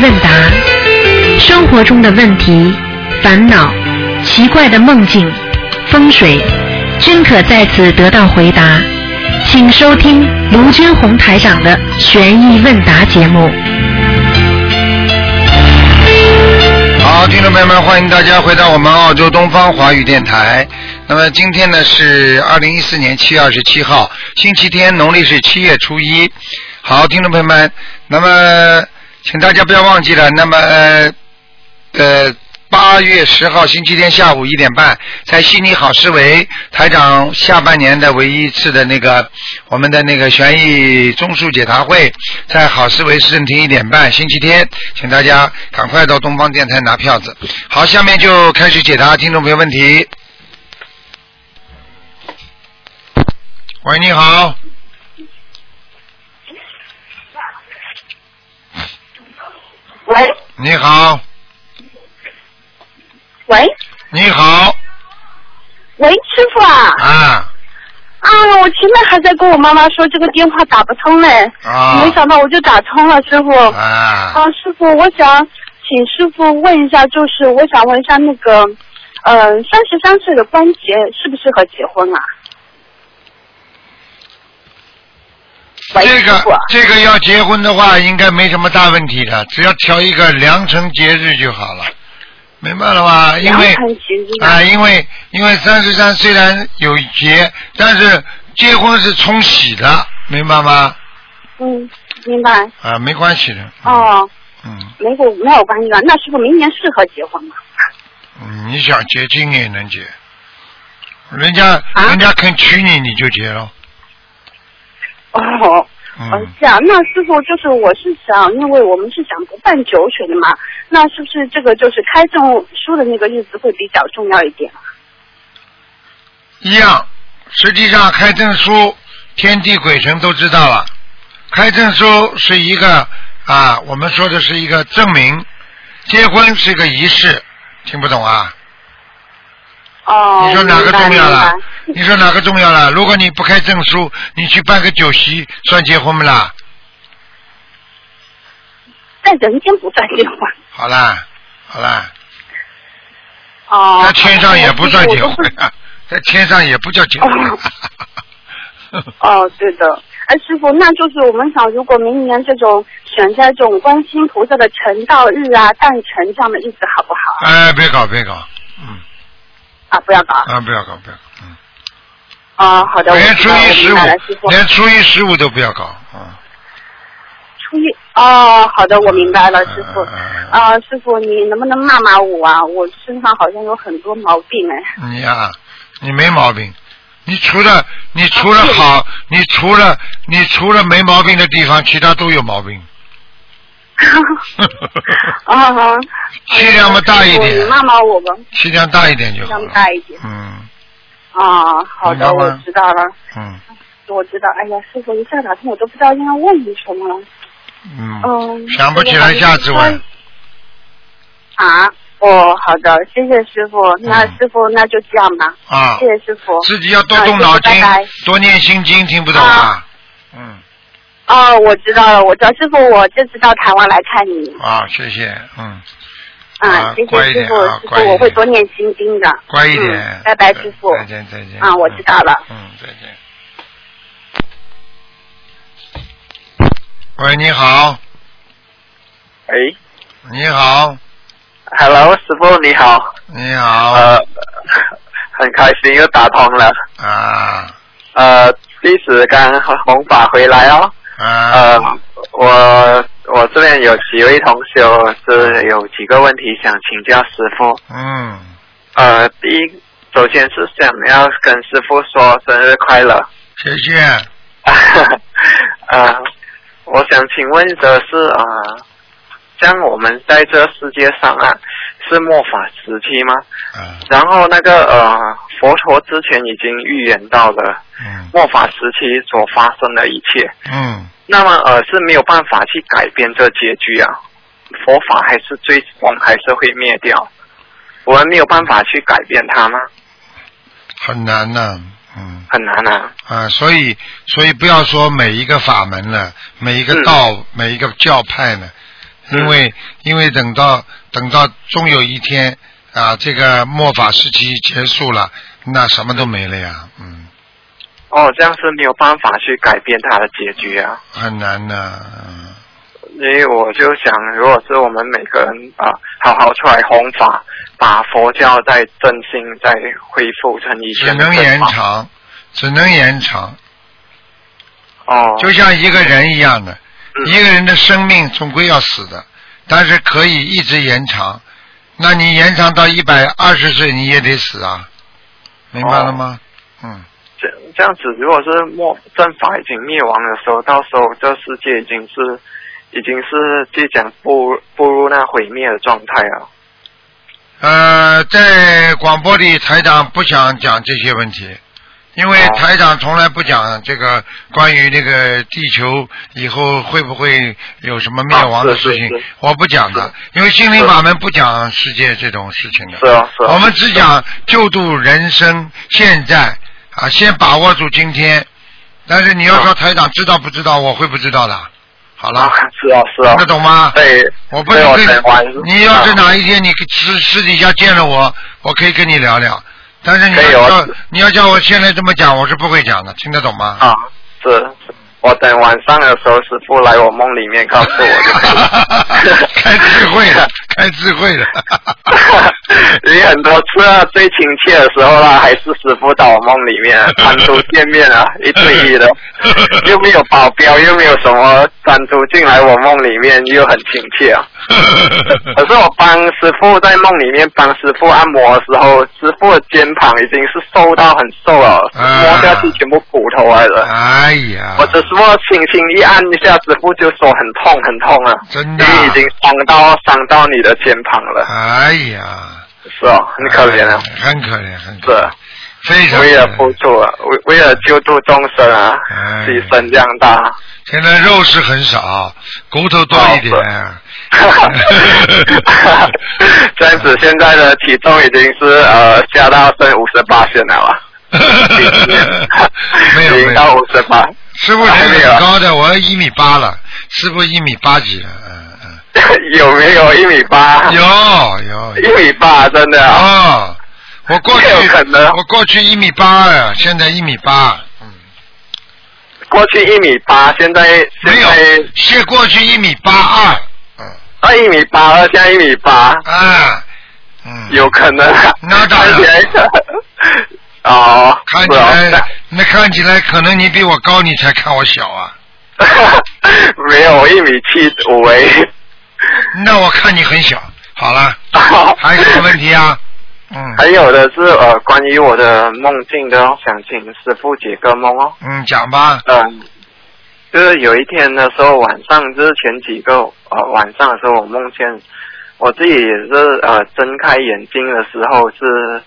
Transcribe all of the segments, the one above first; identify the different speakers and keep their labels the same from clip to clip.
Speaker 1: 问答，生活中的问题、烦恼、奇怪的梦境、风水，均可在此得到回答。请收听卢军红台长的《悬疑问答》节目。
Speaker 2: 好，听众朋友们，欢迎大家回到我们澳洲东方华语电台。那么今天呢是二零一四年七月二十七号，星期天，农历是七月初一。好，听众朋友们，那么请大家不要忘记了，那么呃呃八月十号星期天下午一点半，在悉尼好思维台长下半年的唯一一次的那个我们的那个悬疑综述解答会，在好思维市政厅一点半，星期天，请大家赶快到东方电台拿票子。好，下面就开始解答听众朋友问题。喂，你好，
Speaker 3: 喂
Speaker 2: 你好，
Speaker 3: 喂
Speaker 2: 你好，
Speaker 3: 喂，师傅啊
Speaker 2: 啊
Speaker 3: 啊！我前面还在跟我妈妈说这个电话打不通嘞，
Speaker 2: 啊
Speaker 3: 没想到我就打通了，师傅。啊，
Speaker 2: 啊，
Speaker 3: 师傅，我想请师傅问一下，就是我想问一下那个，嗯、呃，三十三岁的关节适不适合结婚啊？喂，
Speaker 2: 这
Speaker 3: 师傅
Speaker 2: 个，这个要结婚的话，应该没什么大问题的，只要挑一个良辰吉日就好了，明白了吧？啊因为
Speaker 3: 良辰吉日
Speaker 2: 啊，因为因为三十三虽然有结，但是结婚是冲喜的，明白吗？
Speaker 3: 嗯，明白。
Speaker 2: 啊，没关系的。
Speaker 3: 哦，
Speaker 2: 嗯，
Speaker 3: 没有没有关系的。那师傅明年适合结婚吗？
Speaker 2: 嗯，你想结今年也能结，人家、
Speaker 3: 啊
Speaker 2: 人家肯娶你，你就结了。
Speaker 3: 哦，哦，
Speaker 2: 嗯，
Speaker 3: 这样，那师傅就是我是想，因为我们是想不办酒水的嘛，那是不是这个就是开证书的那个日子会比较重要一点？
Speaker 2: 一样。实际上开证书，天地鬼神都知道了。开证书是一个啊，我们说的是一个证明，结婚是一个仪式，听不懂啊？
Speaker 3: 哦，
Speaker 2: 你说哪个
Speaker 3: 明白
Speaker 2: 重要了
Speaker 3: 明白？
Speaker 2: 你说哪个重要了？如果你不开证书，你去办个酒席，算结婚不啦？
Speaker 3: 在人间不算结婚。
Speaker 2: 好啦，好啦，
Speaker 3: 哦。
Speaker 2: 在天上也不算结
Speaker 3: 我都
Speaker 2: 婚
Speaker 3: 是。
Speaker 2: 啊， 在天上也不叫结婚
Speaker 3: 哦。哦，对的。哎，师傅，那就是我们想，如果明年这种选在这种观世音菩萨的成道日啊、诞辰这样的日子，好不好？
Speaker 2: 哎，别搞，别搞，嗯，
Speaker 3: 啊，不要搞。
Speaker 2: 啊，不要搞，不要搞，嗯，
Speaker 3: 哦，好的，我
Speaker 2: 连初
Speaker 3: 知道，
Speaker 2: 一
Speaker 3: 我
Speaker 2: 十
Speaker 3: 明白了，师
Speaker 2: 五，
Speaker 3: 傅。
Speaker 2: 连初一十五都不要搞，嗯，
Speaker 3: 初一哦，好的，我明白了，师傅。
Speaker 2: 嗯嗯嗯
Speaker 3: 啊、师傅，你能不能骂骂我啊？我身上好像有很多毛病哎。
Speaker 2: 你呀、你没毛病，你除了你除了
Speaker 3: 啊
Speaker 2: 好，你除了你除了没毛病的地方，其他都有毛 病。
Speaker 3: 啊哈。哎
Speaker 2: 气量嘛大一点
Speaker 3: 师傅你骂骂我吧。
Speaker 2: 气量大一点就好
Speaker 3: 气
Speaker 2: 了。
Speaker 3: 量大一点
Speaker 2: 嗯
Speaker 3: 啊，好的，
Speaker 2: 明白
Speaker 3: 我
Speaker 2: 吗
Speaker 3: 知道了，
Speaker 2: 嗯
Speaker 3: 我知道。哎呀，师傅，一下打通我都不知道应该问你什么了。
Speaker 4: 哦
Speaker 2: 嗯，
Speaker 3: 嗯。
Speaker 2: 想不起来，下次问。。
Speaker 3: 啊，哦，好的，谢谢师傅。那
Speaker 2: 嗯
Speaker 3: 师傅，那就这样吧。
Speaker 2: 啊
Speaker 3: 谢谢师傅。
Speaker 2: 自己要多动脑筋
Speaker 3: 啊谢谢拜拜，
Speaker 2: 多念心经，听不懂啊？嗯，
Speaker 3: 哦，我知道了，我知道，师傅，我这次到台湾来看你。
Speaker 2: 啊，谢谢，嗯，啊
Speaker 3: 啊，谢
Speaker 2: 乖一
Speaker 3: 谢师
Speaker 2: 点
Speaker 3: 傅，
Speaker 2: 啊
Speaker 3: 师
Speaker 2: 乖一
Speaker 3: 傅我会
Speaker 2: 点
Speaker 3: 多念心经的。
Speaker 2: 乖一
Speaker 3: 嗯
Speaker 2: 点。
Speaker 3: 拜拜，师傅。
Speaker 2: 再见再见。
Speaker 3: 啊，我知道了。
Speaker 2: 嗯。嗯，再见。喂，你好，
Speaker 5: 哎
Speaker 2: 你好，
Speaker 5: ，Hello，师傅你好，
Speaker 2: 你好，
Speaker 5: 呃，很开心又打通了，
Speaker 2: 啊
Speaker 5: 呃，弟子刚弘法回来哦，呃
Speaker 2: 啊，，
Speaker 5: 我我这边有几位同学是有几个问题想请教师傅，
Speaker 2: 嗯，
Speaker 5: 呃，第一，首先是想要跟师傅说生日快乐，
Speaker 2: 谢谢。
Speaker 5: 呃，我想请问的是啊、呃，像我们在这世界上啊，是末法时期吗？
Speaker 2: 啊，
Speaker 5: 然后那个呃，佛陀之前已经预言到了
Speaker 2: 嗯
Speaker 5: 末法时期所发生的一切，
Speaker 2: 嗯，
Speaker 5: 那么呃是没有办法去改变这结局啊，佛法还是最终还是会灭掉，我们没有办法去改变它吗？
Speaker 2: 很难呐、嗯
Speaker 5: 很难啊。
Speaker 2: 啊，所以所以不要说每一个法门了，每一个道，每一个教派呢，因为因为等到等到终有一天啊，这个末法时期结束了，那什么都没了呀，嗯，
Speaker 5: 哦，这样是没有办法去改变它的结局啊。
Speaker 2: 很难的、
Speaker 5: 因为我就想，如果是我们每个人啊，好好出来弘法，把佛教再振兴，再恢复成以
Speaker 2: 只
Speaker 5: 前的
Speaker 2: 能
Speaker 5: 正
Speaker 2: 延
Speaker 5: 法。
Speaker 2: 长，只能延长，
Speaker 5: 哦，
Speaker 2: 就像一个人一样的，
Speaker 5: 嗯
Speaker 2: 一个人的生命总归要死的，但是可以一直延长。那你延长到一百二十岁，你也得死啊，明白了吗？嗯，
Speaker 5: 这这样子，如果是末正法已经灭亡的时候，到时候这世界已经是已经是即将步步入那毁灭的状态了。
Speaker 2: 呃，在广播里，台长不想讲这些问题，因为
Speaker 5: 哦
Speaker 2: 台长从来不讲这个关于这个地球以后会不会有什么灭亡的
Speaker 5: 啊是
Speaker 2: 事情
Speaker 5: 是是，
Speaker 2: 我不讲的，因为心灵
Speaker 5: 是
Speaker 2: 法门不讲世界这种事情的。
Speaker 5: 是啊，是啊。
Speaker 2: 我们只讲救度人生，现在啊，先把握住今天。但是你要说
Speaker 5: 啊
Speaker 2: 台长知道不知道，我会不知道的。好了，
Speaker 5: 啊，是啊，是啊
Speaker 2: 听得。懂吗？
Speaker 5: 对，
Speaker 2: 我不是
Speaker 5: 对我
Speaker 2: 跟
Speaker 5: 台湾是
Speaker 2: 你要是
Speaker 5: 啊
Speaker 2: 哪一天你私私底下见了我，我可以跟你聊聊。但是你
Speaker 5: 可以
Speaker 2: 要
Speaker 5: 我
Speaker 2: 叫你要叫我现在这么讲，我是不会讲的，听得懂吗？。
Speaker 5: 啊，是。是我等晚上的时候，师傅来我梦里面告诉我就可以了
Speaker 2: 开智慧啊 了，开智慧了。
Speaker 5: 因为很多次啊，最亲切的时候啦，还是师傅到我梦里面啊单独见面啊，一对一的，又没有保镖，又没有什么，单独进来我梦里面又很亲切啊。 可是我帮师傅在梦里面帮师傅按摩的时候，师傅的肩膀已经是瘦到很瘦了，
Speaker 2: 啊
Speaker 5: 摸下去全部骨头来了。
Speaker 2: 哎呀，
Speaker 5: 我只是我轻轻一按一下，师傅就说很痛很痛啊，
Speaker 2: 真的啊
Speaker 5: 你已经伤到伤到你的肩膀了。
Speaker 2: 哎呀，
Speaker 5: 是哦，很可怜啊，
Speaker 2: 哎很可怜，很可
Speaker 5: 是
Speaker 2: 怜，非常可
Speaker 5: 为了
Speaker 2: 怜
Speaker 5: 付出啊，为为了救助众生啊
Speaker 2: 哎，
Speaker 5: 牺牲这样大，
Speaker 2: 现在肉是很少，骨头多一点。
Speaker 5: 这样子现在的体重已经是呃下到剩五十八线了啊，
Speaker 2: 没有
Speaker 5: 已
Speaker 2: 没
Speaker 5: 经到
Speaker 2: 有，
Speaker 5: 五十八，
Speaker 2: 师傅人
Speaker 5: 还没有
Speaker 2: 很
Speaker 5: 啊
Speaker 2: 高的，我一米八了，师傅一米八几了，嗯嗯，
Speaker 5: 有没有一米八？
Speaker 2: 有有有
Speaker 5: 一米八，真的啊。
Speaker 2: 哦，我过去
Speaker 5: 没有可能
Speaker 2: 我过去一米八二，现在一米八，嗯，
Speaker 5: 过去一米八，现在现
Speaker 2: 没有
Speaker 5: 在，
Speaker 2: 是过去一米八二，嗯
Speaker 5: 啊一米八二，现在一米八，
Speaker 2: 啊，嗯，
Speaker 5: 有可能啊。
Speaker 2: 那当然
Speaker 5: 看起来 哦，
Speaker 2: 看起
Speaker 5: 是哦
Speaker 2: 来，那看起来可能你比我高，你才看我小啊。
Speaker 5: 没有，我一米七五哎。
Speaker 2: 那我看你很小。好了，还有什么问题啊？嗯
Speaker 5: 还有的是呃，关于我的梦境的哦，想请师傅解个梦哦。
Speaker 2: 嗯，讲吧。
Speaker 5: 嗯、就是有一天的时候，晚上就是前几个呃晚上的时候，我梦见我自己也是呃睁开眼睛的时候是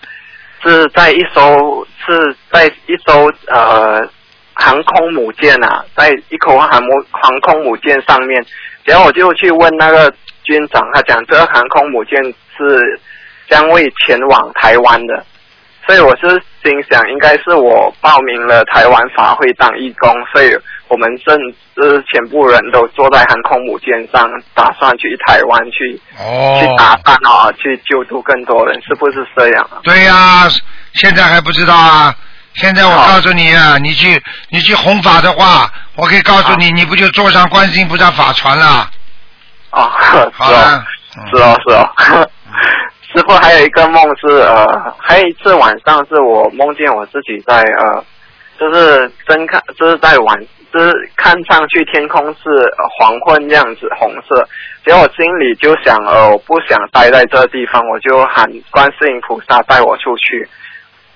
Speaker 5: 是在一艘是在一艘呃航空母舰啊，在一口航母航空母舰上面，然后我就去问那个军长，他讲这个航空母舰是将会前往台湾的。所以我是心想，应该是我报名了台湾法会当义工，所以我们甚至全部人都坐在航空母舰上，打算去台湾去、去打
Speaker 2: 哦，
Speaker 5: 扮啊，去救助更多人，是不是这样啊？
Speaker 2: 对呀、现在还不知道啊。现在我
Speaker 5: 好
Speaker 2: 告诉你啊，你去你去弘法的话，我可以告诉你，你不就坐上观世音菩萨法船了？
Speaker 5: 哦，是
Speaker 2: 好
Speaker 5: 哦
Speaker 2: 了，，
Speaker 5: 是哦，是哦。 师傅还有一个梦是呃，还有一次晚上是我梦见我自己在呃，就是睁看就是在晚就是看上去天空是呃黄昏这样子红色，结果我心里就想呃我不想待在这地方，我就喊观世音菩萨带我出去，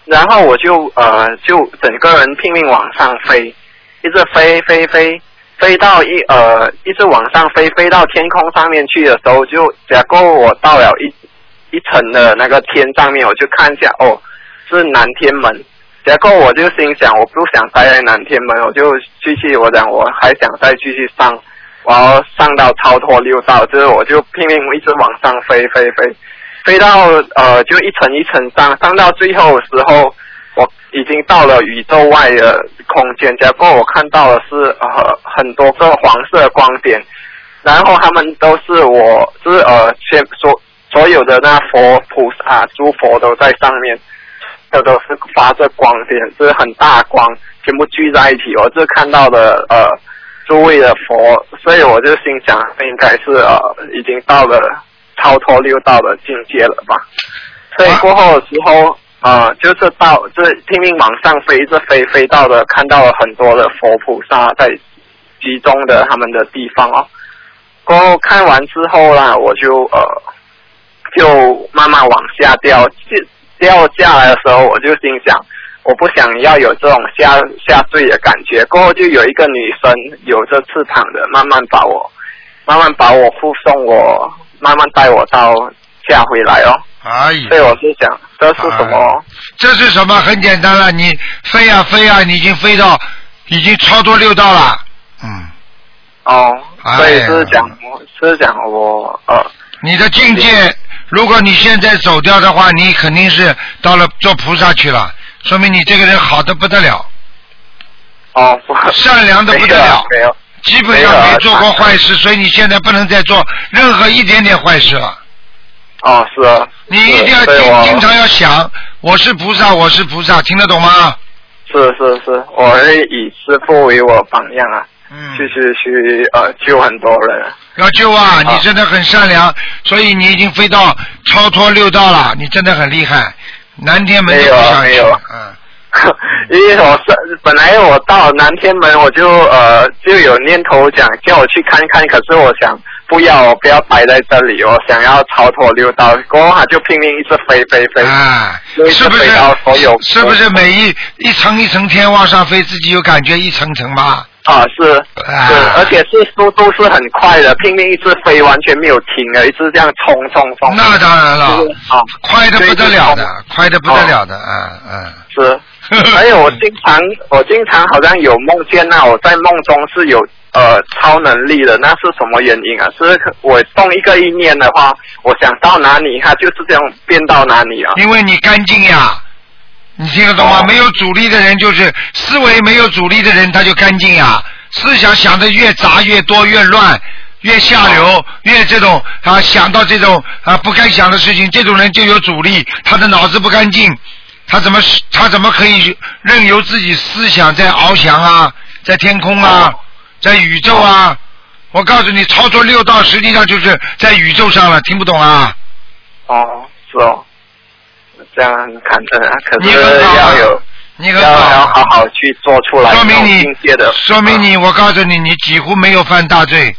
Speaker 5: 然后我就呃就整个人拼命往上飞，一直飞飞飞。飞到一呃，一直往上飞，飞到天空上面去的时候，就假够我到了一一层的那个天上面，我就看一下，哦，是南天门。结果我就心想，我不想待在南天门，我就继续，我讲我还想再继续上，我要上到超脱六道，就是我就拼命一直往上飞飞飞，飞到呃就一层一层上，上到最后的时候，我已经到了宇宙外的空间，结果我看到的是呃很多个黄色光点，然后他们都是我，就是呃，全所所有的那佛菩萨、诸佛都在上面，这都是发着光点，就是很大光，全部聚在一起。我就看到的呃，诸位的佛，所以我就心想，应该是呃，已经到了超脱六道的境界了吧。所以过后的时候，呃，就是到，就是拼命往上飞，一直飞飞到的，看到了很多的佛菩萨在集中的他们的地方哦。过后看完之后啦，我就呃，就慢慢往下掉，掉下来的时候，我就心想，我不想要有这种下下坠的感觉。过后就有一个女生有着翅膀的，慢慢把我，慢慢把我护送我，慢慢带我到下回来哦。
Speaker 2: 哎呀，
Speaker 5: 对，我是想这是什么？
Speaker 2: 这是什么？很简单了，你飞呀、飞呀、你已经飞到，已经超脱六道了。嗯，
Speaker 5: 哦，
Speaker 2: 哎
Speaker 5: 所以是讲，是讲我呃，
Speaker 2: 你的境界，如果你现在走掉的话，你肯定是到了做菩萨去了，说明你这个人好的不得了，
Speaker 5: 哦， 不
Speaker 2: 善良的不得了，
Speaker 5: 没有，
Speaker 2: 基本上没做过坏
Speaker 5: 啊
Speaker 2: 事，所以你现在不能再做任何一点点坏事了。
Speaker 5: 哦，是啊，
Speaker 2: 你一定要
Speaker 5: 是所以
Speaker 2: 经
Speaker 5: 我
Speaker 2: 经常要想，我是菩萨，我是菩萨，听得懂吗？
Speaker 5: 是是是，我会以师傅为我榜样啊，
Speaker 2: 嗯，
Speaker 5: 去去去呃救很多人啊，
Speaker 2: 要救啊！
Speaker 5: 好
Speaker 2: 你真的很善良，所以你已经飞到超脱六道了，你真的很厉害，南天门都不想
Speaker 5: 没
Speaker 2: 去
Speaker 5: 有没有。
Speaker 2: 嗯，
Speaker 5: 因为我是本来我到南天门我就呃就有念头讲叫我去看看，可是我想不要，我不要待在这里，我想要超脱六道，过后他就拼命一直飞飞飞，
Speaker 2: 哎，
Speaker 5: 所以
Speaker 2: 是不
Speaker 5: 飞
Speaker 2: 是
Speaker 5: 到所有？
Speaker 2: 是不是每一一层一层天往上飞，自己有感觉一层层吧？
Speaker 5: 啊，是，是
Speaker 2: 啊，
Speaker 5: 而且是速度是很快的，拼命一直飞，完全没有停的，一直这样冲冲冲。
Speaker 2: 那当然了
Speaker 5: 就是啊，
Speaker 2: 快的不得了的
Speaker 5: 所以就，
Speaker 2: 快的不得了的，嗯嗯。
Speaker 5: 是。还有我经 常，我经常好像有梦见那我在梦中是有呃超能力的，那是什么原因啊？是我动一个意念的话，我想到哪里，它就是这样变到哪里啊？
Speaker 2: 因为你干净呀，你听得懂吗？
Speaker 5: 哦
Speaker 2: 没有阻力的人就是思维没有阻力的人，他就干净呀。思想想的越杂越多越乱越下流、
Speaker 5: 哦
Speaker 2: 越这种啊想到这种啊不该想的事情，这种人就有阻力，他的脑子不干净，他怎么他怎么可以任由自己思想在翱翔啊，在天空啊
Speaker 5: 哦，
Speaker 2: 在宇宙啊？我告诉你，超脱六道实际上就是在宇宙上了，听不懂啊？
Speaker 5: 哦，是哦，这样很感恩啊，可
Speaker 2: 你
Speaker 5: 是
Speaker 2: 很好啊
Speaker 5: 要有
Speaker 2: 你
Speaker 5: 要
Speaker 2: 很好。啊
Speaker 5: 要好好去做出来，
Speaker 2: 说明
Speaker 5: 那种
Speaker 2: 你
Speaker 5: 境界的，
Speaker 2: 说明
Speaker 5: 啊
Speaker 2: 你，我告诉你，你几乎没有犯大罪。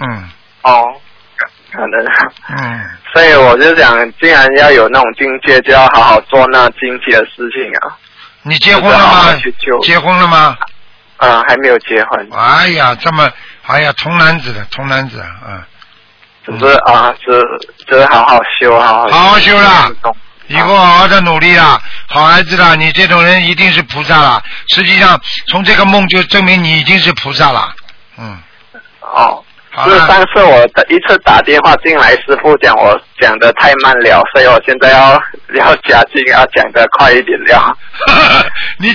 Speaker 2: 嗯
Speaker 5: 哦，感恩啊。
Speaker 2: 嗯，
Speaker 5: 所以我就想，既然要有那种境界，就要好好做那境界的事情啊。
Speaker 2: 你结婚了
Speaker 5: 好
Speaker 2: 吗
Speaker 5: 好去救？
Speaker 2: 结婚了吗？
Speaker 5: 嗯，还没有结婚，
Speaker 2: 哎呀，这么，哎呀，童男子的童男子啊，嗯，
Speaker 5: 只是啊，只只是好好修，好好
Speaker 2: 好好修啦，以后好好的努力啦，好孩子啦，你这种人一定是菩萨啦。实际上，从这个梦就证明你已经是菩萨啦。嗯，
Speaker 5: 哦。
Speaker 2: 好
Speaker 5: 是
Speaker 2: 了，
Speaker 5: 上次我的一次打电话进来，师傅讲我讲的太慢了，所以我现在要要加紧，要讲的快一点了。
Speaker 2: 你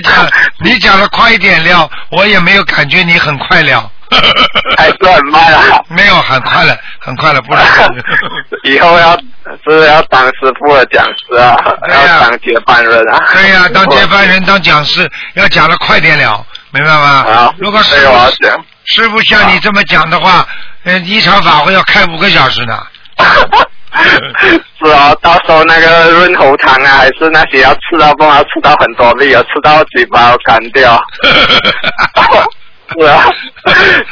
Speaker 2: 讲你讲的快一点了，我也没有感觉你很快了。
Speaker 5: 还是很慢啊。
Speaker 2: 没有，很快了，很快了，不是。
Speaker 5: 以后要是要当师傅的讲师啊，
Speaker 2: 对啊
Speaker 5: 要当接班人啊。
Speaker 2: 对呀、当接班人、当讲师，要讲的快点了，明白吗
Speaker 5: 啊？，
Speaker 2: 如果
Speaker 5: 所
Speaker 2: 师
Speaker 5: 以我要
Speaker 2: 傅
Speaker 5: 讲。
Speaker 2: 师傅像你这么讲的话，呃，一场法会要开五个小时呢。
Speaker 5: 是啊，到时候那个润喉糖啊，还是那些要吃到不要吃到很多粒啊，吃到嘴巴要干掉。 是啊，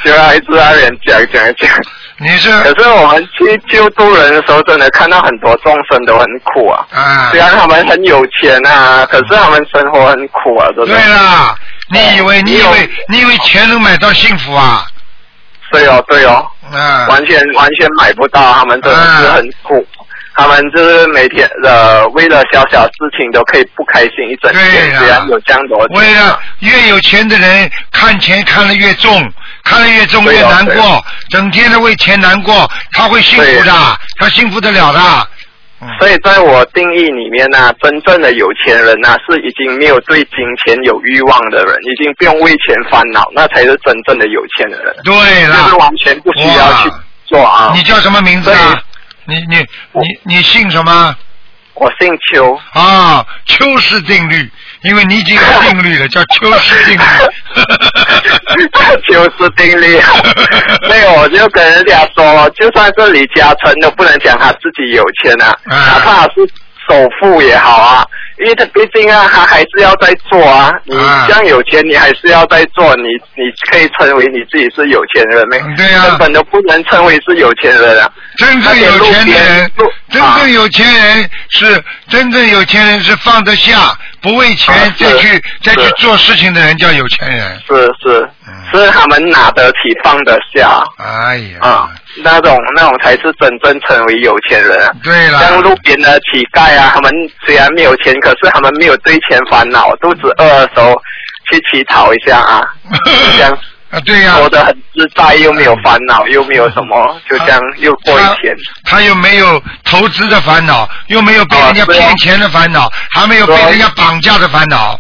Speaker 5: 就要一直在那边讲讲讲。
Speaker 2: 你是
Speaker 5: 可是我们去救助人的时候，真的看到很多众生都很苦啊。
Speaker 2: 啊
Speaker 5: 虽，然他们很有钱啊，可是他们生活很苦啊，真
Speaker 2: 对
Speaker 5: 的。
Speaker 2: 啦，你以为
Speaker 5: 哎
Speaker 2: 你以为你以为钱能买到幸福啊？
Speaker 5: 对哦，对哦，
Speaker 2: 啊，
Speaker 5: 完全完全买不到，他们真的是很苦。他们就是每天呃，为了小小事情都可以不开心一整
Speaker 2: 对
Speaker 5: 天，
Speaker 2: 呀
Speaker 5: 虽然有这样多
Speaker 2: 为了越有钱的人看钱看得越重，看得越重
Speaker 5: 对
Speaker 2: 越
Speaker 5: 呀
Speaker 2: 难
Speaker 5: 对啊
Speaker 2: 过，整天的为钱难过，他会幸福
Speaker 5: 对啊
Speaker 2: 的，他幸福得了的。
Speaker 5: 所以在我定义里面呢、真正的有钱人呢、是已经没有对金钱有欲望的人，已经不用为钱烦恼，那才是真正的有钱的人。
Speaker 2: 对了，
Speaker 5: 就是完全不需要去
Speaker 2: 哇
Speaker 5: 做啊。
Speaker 2: 你叫什么名
Speaker 5: 所
Speaker 2: 字
Speaker 5: 以
Speaker 2: 啊？你你你你姓什么？
Speaker 5: 我姓邱，
Speaker 2: 啊，丘氏定律，因为你已经有定律 了，叫丘氏定律。
Speaker 5: 邱是 定律。那个我就跟人家说，就算是李嘉诚都不能讲他自己有钱啊，
Speaker 2: 嗯
Speaker 5: 哪怕是首富也好啊，因为他毕竟啊，他还是要在做啊。你
Speaker 2: 嗯
Speaker 5: 这样有钱，你还是要在做，你你可以称为你自己是有钱人没？
Speaker 2: 嗯对啊
Speaker 5: 根本都不能称为是有钱人啊。
Speaker 2: 真正有钱
Speaker 5: 那些路
Speaker 2: 的人
Speaker 5: 边路，
Speaker 2: 真
Speaker 5: 啊
Speaker 2: 正有钱人是真正有钱人是放得下，不为钱
Speaker 5: 啊
Speaker 2: 再
Speaker 5: 是
Speaker 2: 去再去
Speaker 5: 是
Speaker 2: 做事情的人叫有钱人。
Speaker 5: 是是
Speaker 2: 嗯，
Speaker 5: 是他们拿得起放得下
Speaker 2: 哎呀，
Speaker 5: 啊，那种那种才是真正成为有钱人啊。
Speaker 2: 对
Speaker 5: 像
Speaker 2: 了
Speaker 5: 路，边的乞丐啊，他们虽然没有钱，可是他们没有对钱烦恼，肚子饿的时候去乞讨一下 啊，就这样
Speaker 2: 啊对呀、啊
Speaker 5: 活得很自在，又没有烦恼，又没有什么，就这样又过一天。
Speaker 2: 他他又没有投资的烦恼，又没有被
Speaker 5: 啊
Speaker 2: 人家
Speaker 5: 对啊
Speaker 2: 骗钱的烦恼，还没有被
Speaker 5: 对啊
Speaker 2: 人家绑架的烦恼。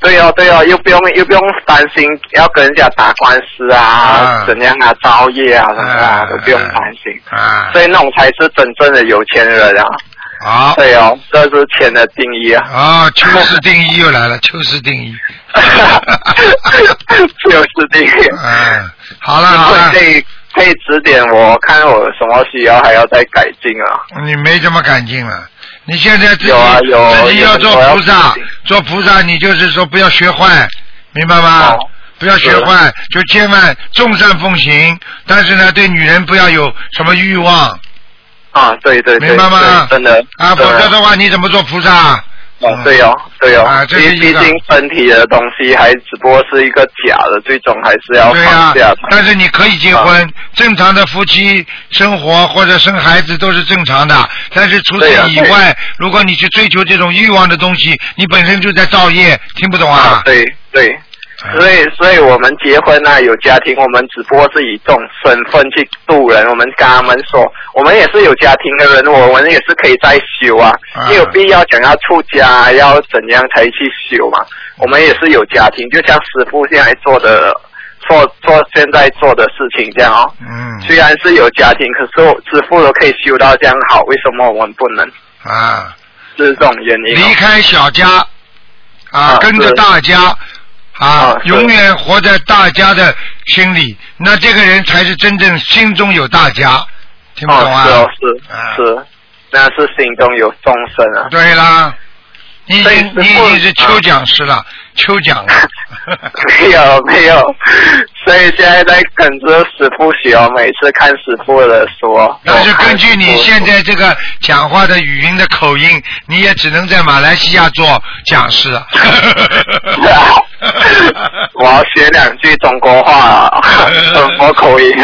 Speaker 5: 对哦，对哦，又不用又不用担心要跟人家打官司啊
Speaker 2: 啊，
Speaker 5: 怎样啊，造业啊什么啊，都不用担心。
Speaker 2: 啊，
Speaker 5: 所以那种才是真正的有钱人啊！
Speaker 2: 好。
Speaker 5: 对哦，这是钱的定义啊。
Speaker 2: 啊，秋氏定义又来 了，秋氏定义。
Speaker 5: 就是定义。
Speaker 2: 嗯，好了好了
Speaker 5: 可，以可以指点我，看我有什么需要还要再改进啊。
Speaker 2: 你没什么感情了。你现在自己、
Speaker 5: 有啊有
Speaker 2: 自己要做
Speaker 5: 有
Speaker 2: 菩萨
Speaker 5: 有有，
Speaker 2: 做菩萨你就是说不要学坏，明白吗？
Speaker 5: 哦
Speaker 2: 不要学坏，就千万众善奉行，但是呢，对女人不要有什么欲望
Speaker 5: 啊，对对对，
Speaker 2: 明白吗
Speaker 5: 对真的
Speaker 2: 啊，否
Speaker 5: 真
Speaker 2: 则的
Speaker 5: 的
Speaker 2: 话你怎么做菩萨？
Speaker 5: 哦，对哦，对
Speaker 2: 啊
Speaker 5: 哦，
Speaker 2: 这是
Speaker 5: 毕
Speaker 2: 一
Speaker 5: 毕
Speaker 2: 个
Speaker 5: 竟身体的东西还只不过是一个假的，最终还是要
Speaker 2: 对呀
Speaker 5: 放、啊下它。
Speaker 2: 但是你可以结婚，正常的夫妻生活或者生孩子都是正常的。但是除此
Speaker 5: 对呀
Speaker 2: 以外，如果你去追求这种欲望的东西，你本身就在造业，听不懂
Speaker 5: 啊
Speaker 2: 啊？，
Speaker 5: 对对。
Speaker 2: 嗯
Speaker 5: 所以，所以我们结婚啊，有家庭，我们只不过是以这种身份去度人。我们跟他们说，我们也是有家庭的人，我们也是可以再修啊，
Speaker 2: 啊
Speaker 5: 没有必要讲要出家，要怎样才去修
Speaker 2: 嗯
Speaker 5: 嘛。我们也是有家庭，就像师傅现在做的，做做现在做的事情这样哦。
Speaker 2: 嗯
Speaker 5: 虽然是有家庭，可是我师傅都可以修到这样好，为什么我们不能？
Speaker 2: 啊，
Speaker 5: 就是这种原因哦、
Speaker 2: 离开小家啊，
Speaker 5: 啊
Speaker 2: 跟着
Speaker 5: 是
Speaker 2: 大家啊
Speaker 5: 啊，是
Speaker 2: 永远活在大家的心里，那这个人才是真正心中有大家，听不懂啊？
Speaker 5: 哦，是哦，是、
Speaker 2: 啊
Speaker 5: 是，那是心中有众生 啊。
Speaker 2: 对啦，你已
Speaker 5: 所以啊师
Speaker 2: 经你已
Speaker 5: 父
Speaker 2: 经是秋讲师了，秋讲了。
Speaker 5: 没有没有，所以现在在跟着师傅学哦，每次看师傅的书哦。
Speaker 2: 但是
Speaker 5: 我看
Speaker 2: 根据你
Speaker 5: 师父
Speaker 2: 现在这个讲话的语音的口音，你也只能在马来西亚做讲师啊 了。
Speaker 5: 是啊 我要学两句中国话 啊，中国口音。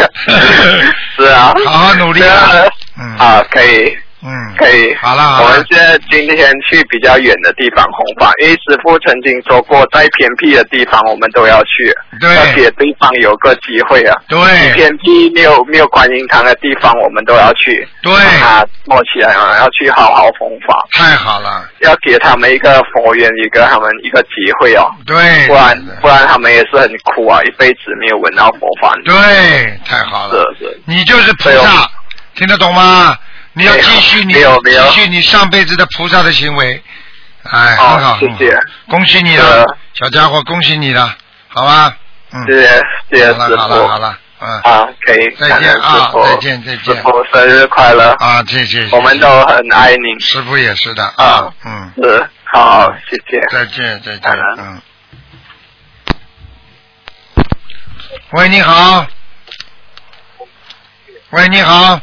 Speaker 5: 是啊，
Speaker 2: 好好努力啊
Speaker 5: 是
Speaker 2: 嗯
Speaker 5: 啊，可以。
Speaker 2: 嗯，
Speaker 5: 可以，
Speaker 2: 好了好了
Speaker 5: 我们现在今天去比较远的地方弘法，因为师傅曾经说过，在偏僻的地方我们都要去，
Speaker 2: 对
Speaker 5: 而且对方有个机会啊。
Speaker 2: 对
Speaker 5: 偏僻没有没有观音堂的地方，我们都要去，
Speaker 2: 对，
Speaker 5: 把它做起来嘛，要去好好弘法，
Speaker 2: 太好了，
Speaker 5: 要给他们一个佛缘，一个他们一个机会哦，
Speaker 2: 对，
Speaker 5: 不然不然他们也是很苦啊，一辈子没有闻到佛法。
Speaker 2: 对，太好了。
Speaker 5: 是是，
Speaker 2: 你就是菩
Speaker 5: 对
Speaker 2: 萨
Speaker 5: 哦，
Speaker 2: 听得懂吗？你要
Speaker 5: 没有
Speaker 2: 继续你
Speaker 5: 没有没有
Speaker 2: 继续你上辈子的菩萨的行为，哎，
Speaker 5: 好
Speaker 2: 很好，
Speaker 5: 谢谢
Speaker 2: 很好，恭喜你
Speaker 5: 是啊
Speaker 2: 了，小家伙，恭喜你了，好吧？嗯，
Speaker 5: 谢谢谢谢师
Speaker 2: 好了好了好
Speaker 5: 傅。
Speaker 2: 了，嗯，
Speaker 5: 啊，可以，
Speaker 2: 再见
Speaker 5: 感恩师
Speaker 2: 啊
Speaker 5: 傅
Speaker 2: 再见再见
Speaker 5: 师傅生日快乐，
Speaker 2: 啊，谢谢，
Speaker 5: 我们都很爱您，
Speaker 2: 师傅也是的
Speaker 5: 啊，
Speaker 2: 嗯，
Speaker 5: 是，好，谢谢。
Speaker 2: 再见再见
Speaker 5: 感，恩
Speaker 2: 嗯。喂，你好。喂，你好。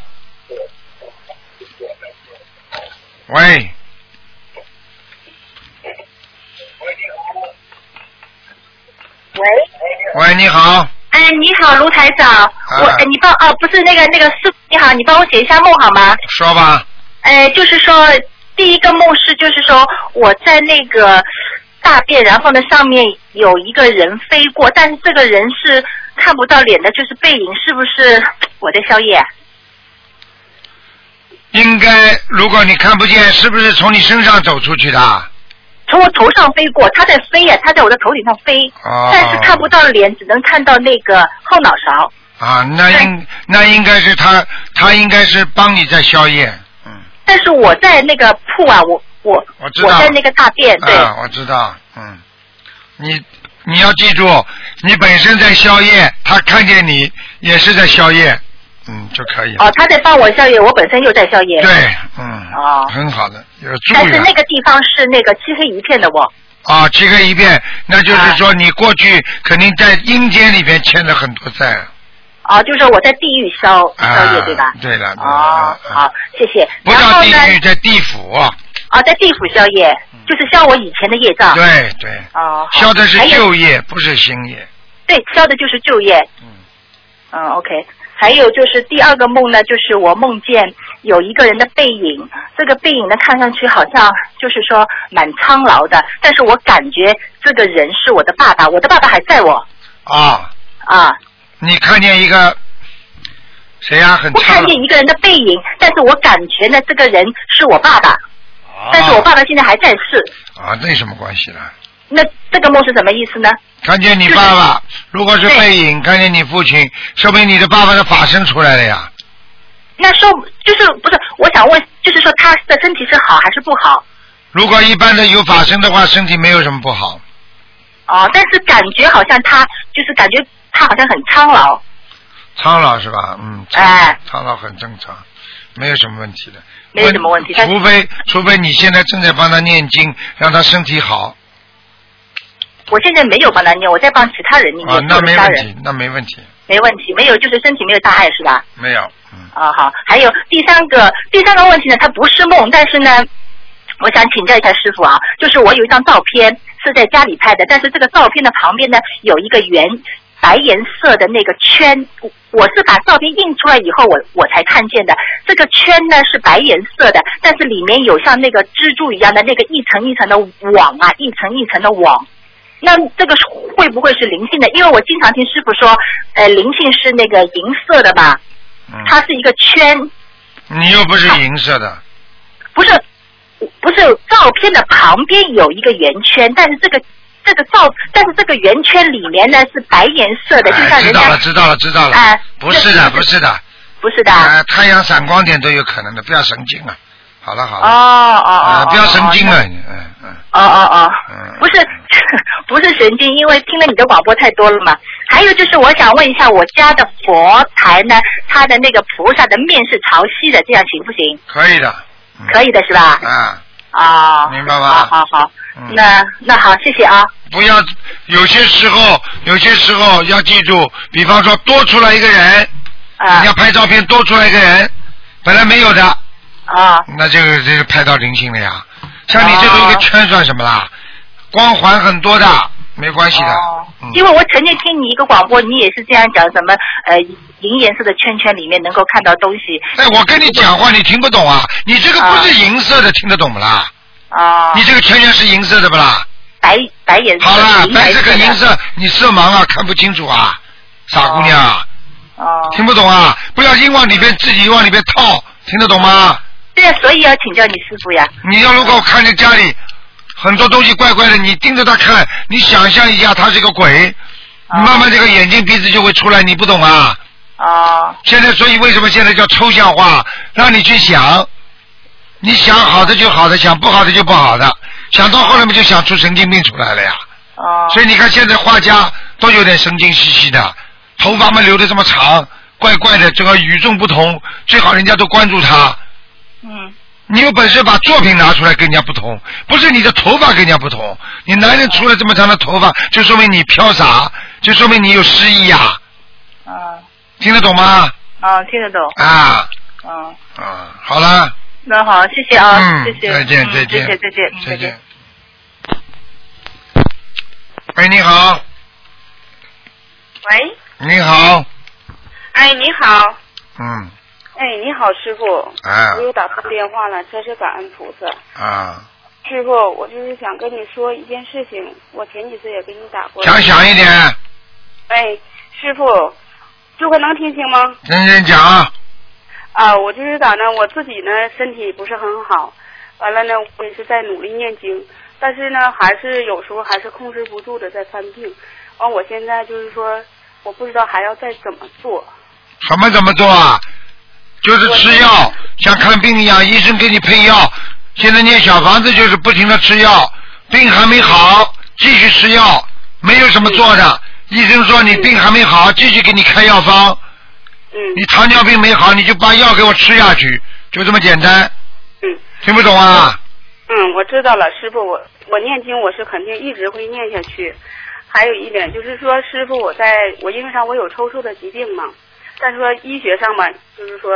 Speaker 2: 喂。
Speaker 6: 喂，
Speaker 2: 喂，你好。
Speaker 6: 哎，你好，卢台长，
Speaker 2: 啊
Speaker 6: 我哎你帮哦，不是那个那个师，你好，你帮我解一下梦好吗？
Speaker 2: 说吧，
Speaker 6: 哎，就是说第一个梦是，就是说我在那个大便，然后呢上面有一个人飞过，但是这个人是看不到脸的，就是背影，是不是我在宵夜？
Speaker 2: 应该，如果你看不见，是不是从你身上走出去的？
Speaker 6: 从我头上飞过，它在飞呀、它在我的头顶上飞，
Speaker 2: 哦
Speaker 6: 但是看不到脸，只能看到那个后脑勺。
Speaker 2: 啊，那应那应该是他，他应该是帮你在宵夜。
Speaker 6: 但是我在那个铺啊，我我
Speaker 2: 我知道
Speaker 6: 在那个大便，对，
Speaker 2: 啊，我知道，嗯，你你要记住，你本身在宵夜，他看见你也是在宵夜，嗯，就可以了。
Speaker 6: 哦，他在帮我宵夜，我本身又在宵夜。
Speaker 2: 对，嗯，
Speaker 6: 哦，
Speaker 2: 很好的，有助
Speaker 6: 但
Speaker 2: 于
Speaker 6: 是那个地方是那个漆黑一片的哦。
Speaker 2: 啊，七个一遍，那
Speaker 6: 啊
Speaker 2: 就是说你过去肯定在阴间里边欠了很多债
Speaker 6: 哦，就是我在地狱宵宵夜
Speaker 2: 啊，
Speaker 6: 对吧？
Speaker 2: 对了，对了
Speaker 6: 哦，好，谢谢。
Speaker 2: 不
Speaker 6: 然
Speaker 2: 叫
Speaker 6: 后
Speaker 2: 地
Speaker 6: 呢？
Speaker 2: 狱，在地府，
Speaker 6: 啊，在地府宵夜，就是消我以前的业障。。
Speaker 2: 嗯对对，
Speaker 6: 哦。好
Speaker 2: 消的是
Speaker 6: 还有
Speaker 2: 旧业，不是新业。
Speaker 6: 对，消的就是就业。嗯。嗯，OK。还有就是第二个梦呢，就是我梦见有一个人的背影，这个背影呢看上去好像就是说蛮苍老的，但是我感觉这个人是我的爸爸，我的爸爸还在我
Speaker 2: 啊，
Speaker 6: 啊。
Speaker 2: 你看见一个谁呀、很
Speaker 6: 我
Speaker 2: 差
Speaker 6: 看见一个人的背影，但是我感觉呢这个人是我爸爸，但是我爸爸现在还在世。
Speaker 2: 啊，那有什么关系了？
Speaker 6: 那这个梦是什么意思呢？
Speaker 2: 看见你爸爸，如果是背影，看见你父亲，说明你的爸爸的法身出来了呀。
Speaker 6: 那说就是不是？我想问，就是说他的身体是好还是不好？
Speaker 2: 如果一般的有法身的话，身体没有什么不好。
Speaker 6: 哦，但是感觉好像他就是感觉他好像很苍老，
Speaker 2: 苍老是吧？嗯，苍
Speaker 6: 哎
Speaker 2: 苍老很正常，没有什么问题的。
Speaker 6: 没有什么问题但是
Speaker 2: 除非除非你现在正在帮他念经，让他身体好
Speaker 6: 我现在没有帮他念，我在帮其他人念，
Speaker 2: 啊，
Speaker 6: 是
Speaker 2: 那
Speaker 6: 我的
Speaker 2: 没
Speaker 6: 嗯家
Speaker 2: 问
Speaker 6: 人
Speaker 2: 题，那没问题，
Speaker 6: 没问题，没有就是身体没有大碍是吧？
Speaker 2: 没有。
Speaker 6: 啊好，还有第三个第三个问题呢，它不是梦，但是呢，我想请教一下师傅啊，就是我有一张照片是在家里拍的，但是这个照片的旁边呢有一个圆白颜色的那个圈，我我是把照片印出来以后我我才看见的，这个圈呢是白颜色的，但是里面有像那个蜘蛛一样的那个一层一层的网啊，一层一层的网。那这个是会不会是灵性的？因为我经常听师傅说，呃，灵性是那个银色的嘛，
Speaker 2: 嗯，
Speaker 6: 它是一个圈，
Speaker 2: 你又不是银色
Speaker 6: 啊
Speaker 2: 的，
Speaker 6: 不是不是照片的旁边有一个圆圈，但是这个这个照，但是这个圆圈里面呢是白颜色的，就像
Speaker 2: 哎，知
Speaker 6: 人
Speaker 2: 道了，
Speaker 6: 家
Speaker 2: 知道了，知道了
Speaker 6: 哎，
Speaker 2: 不是的，不是的，
Speaker 6: 不是的。
Speaker 2: 啊，太阳闪光点都有可能的，不要神经啊。好了好
Speaker 6: 哦
Speaker 2: 了，
Speaker 6: 哦
Speaker 2: 啊
Speaker 6: 哦，，
Speaker 2: 不要神经
Speaker 6: 了。
Speaker 2: 啊，嗯嗯
Speaker 6: 哦哦哦，
Speaker 2: 嗯，
Speaker 6: 不是不是神经，因为听了你的广播太多了嘛。还有就是，我想问一下，我家的佛台呢，它的那个菩萨的面是朝西的，这样行不行？
Speaker 2: 可以的，嗯
Speaker 6: 可以的是吧？
Speaker 2: 啊，
Speaker 6: 啊、
Speaker 2: 明白
Speaker 6: 好
Speaker 2: 吗？
Speaker 6: 好好，
Speaker 2: 嗯
Speaker 6: 那那好，谢谢啊。
Speaker 2: 不要，有些时候，有些时候要记住，比方说多出来一个人，
Speaker 6: 啊
Speaker 2: 你要拍照片多出来一个人，本来没有的，
Speaker 6: 啊
Speaker 2: 那这个这个拍到灵性了呀。像你这种一个圈算什么啦？光环很多的，没关系的
Speaker 6: 哦。
Speaker 2: 嗯
Speaker 6: 因为我曾经听你一个广播，你也是这样讲，什么呃银颜色的圈圈里面能够看到东西
Speaker 2: 哎，我跟你讲话，你听不懂啊？你这个不是银色的，听得懂不啦？
Speaker 6: 啊、
Speaker 2: 你这个圈圈是银色的不啦？
Speaker 6: 白白颜色的。
Speaker 2: 好啦，
Speaker 6: 银
Speaker 2: 白
Speaker 6: 白
Speaker 2: 这个
Speaker 6: 的
Speaker 2: 银色，你色盲啊，看不清楚啊，傻姑娘啊，
Speaker 6: 哦，
Speaker 2: 听不懂啊？不要硬往里边自己往里边套，听得懂吗？
Speaker 6: 对啊，所以要请教你师傅呀。
Speaker 2: 你要如果看见家里很多东西怪怪的，你盯着他看，你想象一下他是个鬼，
Speaker 6: 哦
Speaker 2: 慢慢这个眼睛鼻子就会出来，你不懂啊？
Speaker 6: 哦
Speaker 2: 现在所以为什么现在叫抽象化，让你去想，你想好的就好的，想不好的就不好的，想到后来嘛就想出神经病出来了呀。
Speaker 6: 哦
Speaker 2: 所以你看现在画家都有点神经兮兮的，头发嘛留的这么长，怪怪的，这个与众不同，最好人家都关注他。
Speaker 6: 嗯
Speaker 2: 你有本事把作品拿出来跟人家不同，不是你的头发跟人家不同。你男人除了这么长的头发，就说明你飘洒，就说明你有诗意呀、啊
Speaker 6: 嗯
Speaker 2: 听得懂吗？
Speaker 6: 嗯，听得懂
Speaker 2: 啊
Speaker 6: 嗯。
Speaker 2: 啊，好了，
Speaker 6: 那好，谢谢啊，
Speaker 2: 嗯
Speaker 6: 谢谢，
Speaker 2: 再见
Speaker 6: 嗯
Speaker 2: 再见
Speaker 6: 谢谢，再见，嗯
Speaker 2: 再见。。喂，你好，
Speaker 7: 喂，
Speaker 2: 你好，
Speaker 7: 哎，你好，
Speaker 2: 嗯，
Speaker 7: 哎，你好，师傅，
Speaker 2: 啊
Speaker 7: 我又打通电话了，真是感恩菩萨。
Speaker 2: 啊，
Speaker 7: 师傅，我就是想跟你说一件事情，我前几次也给你打过。
Speaker 2: 讲响一点，
Speaker 7: 哎，师傅，师傅能听清吗？
Speaker 2: 认真讲啊，
Speaker 7: 啊，我就是咋呢，我自己呢身体不是很好，完了呢我也是在努力念经，但是呢还是有时候还是控制不住的在犯病。完、我现在就是说，我不知道还要再怎么做。
Speaker 2: 什么怎么做啊？就是吃药，像看病一样，医生给你配药。现在念小房子就是不停的吃药，病还没好，继续吃药，没有什么做的。医生说你病还没好，继续给你开药方。
Speaker 7: 嗯。
Speaker 2: 你糖尿病没好，你就把药给我吃下去，就这么简单。
Speaker 7: 嗯。
Speaker 2: 听不懂啊？
Speaker 7: 嗯，我知道了，师傅，我我念经我是肯定一直会念下去。还有一点就是说，师傅，我在我因为啥我有抽搐的疾病嘛，但是说医学上嘛，就是说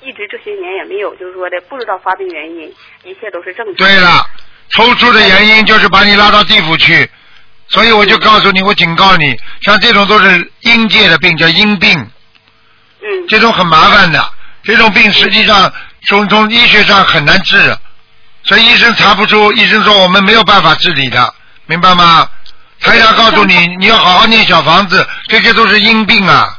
Speaker 7: 一直这些年也没有，就是说的不知道发病原因，一切都是正常。
Speaker 2: 对了，抽搐的原因就是把你拉到地府去，所以我就告诉
Speaker 7: 嗯
Speaker 2: 你，我警告你，像这种都是阴界的病，叫阴病。
Speaker 7: 嗯。
Speaker 2: 这种很麻烦的，这种病实际上从从医学上很难治，所以医生查不出，医生说我们没有办法治理的，明白
Speaker 7: 嗯
Speaker 2: 吗？台长告诉你，你要好好念小房子，这些都是阴病啊。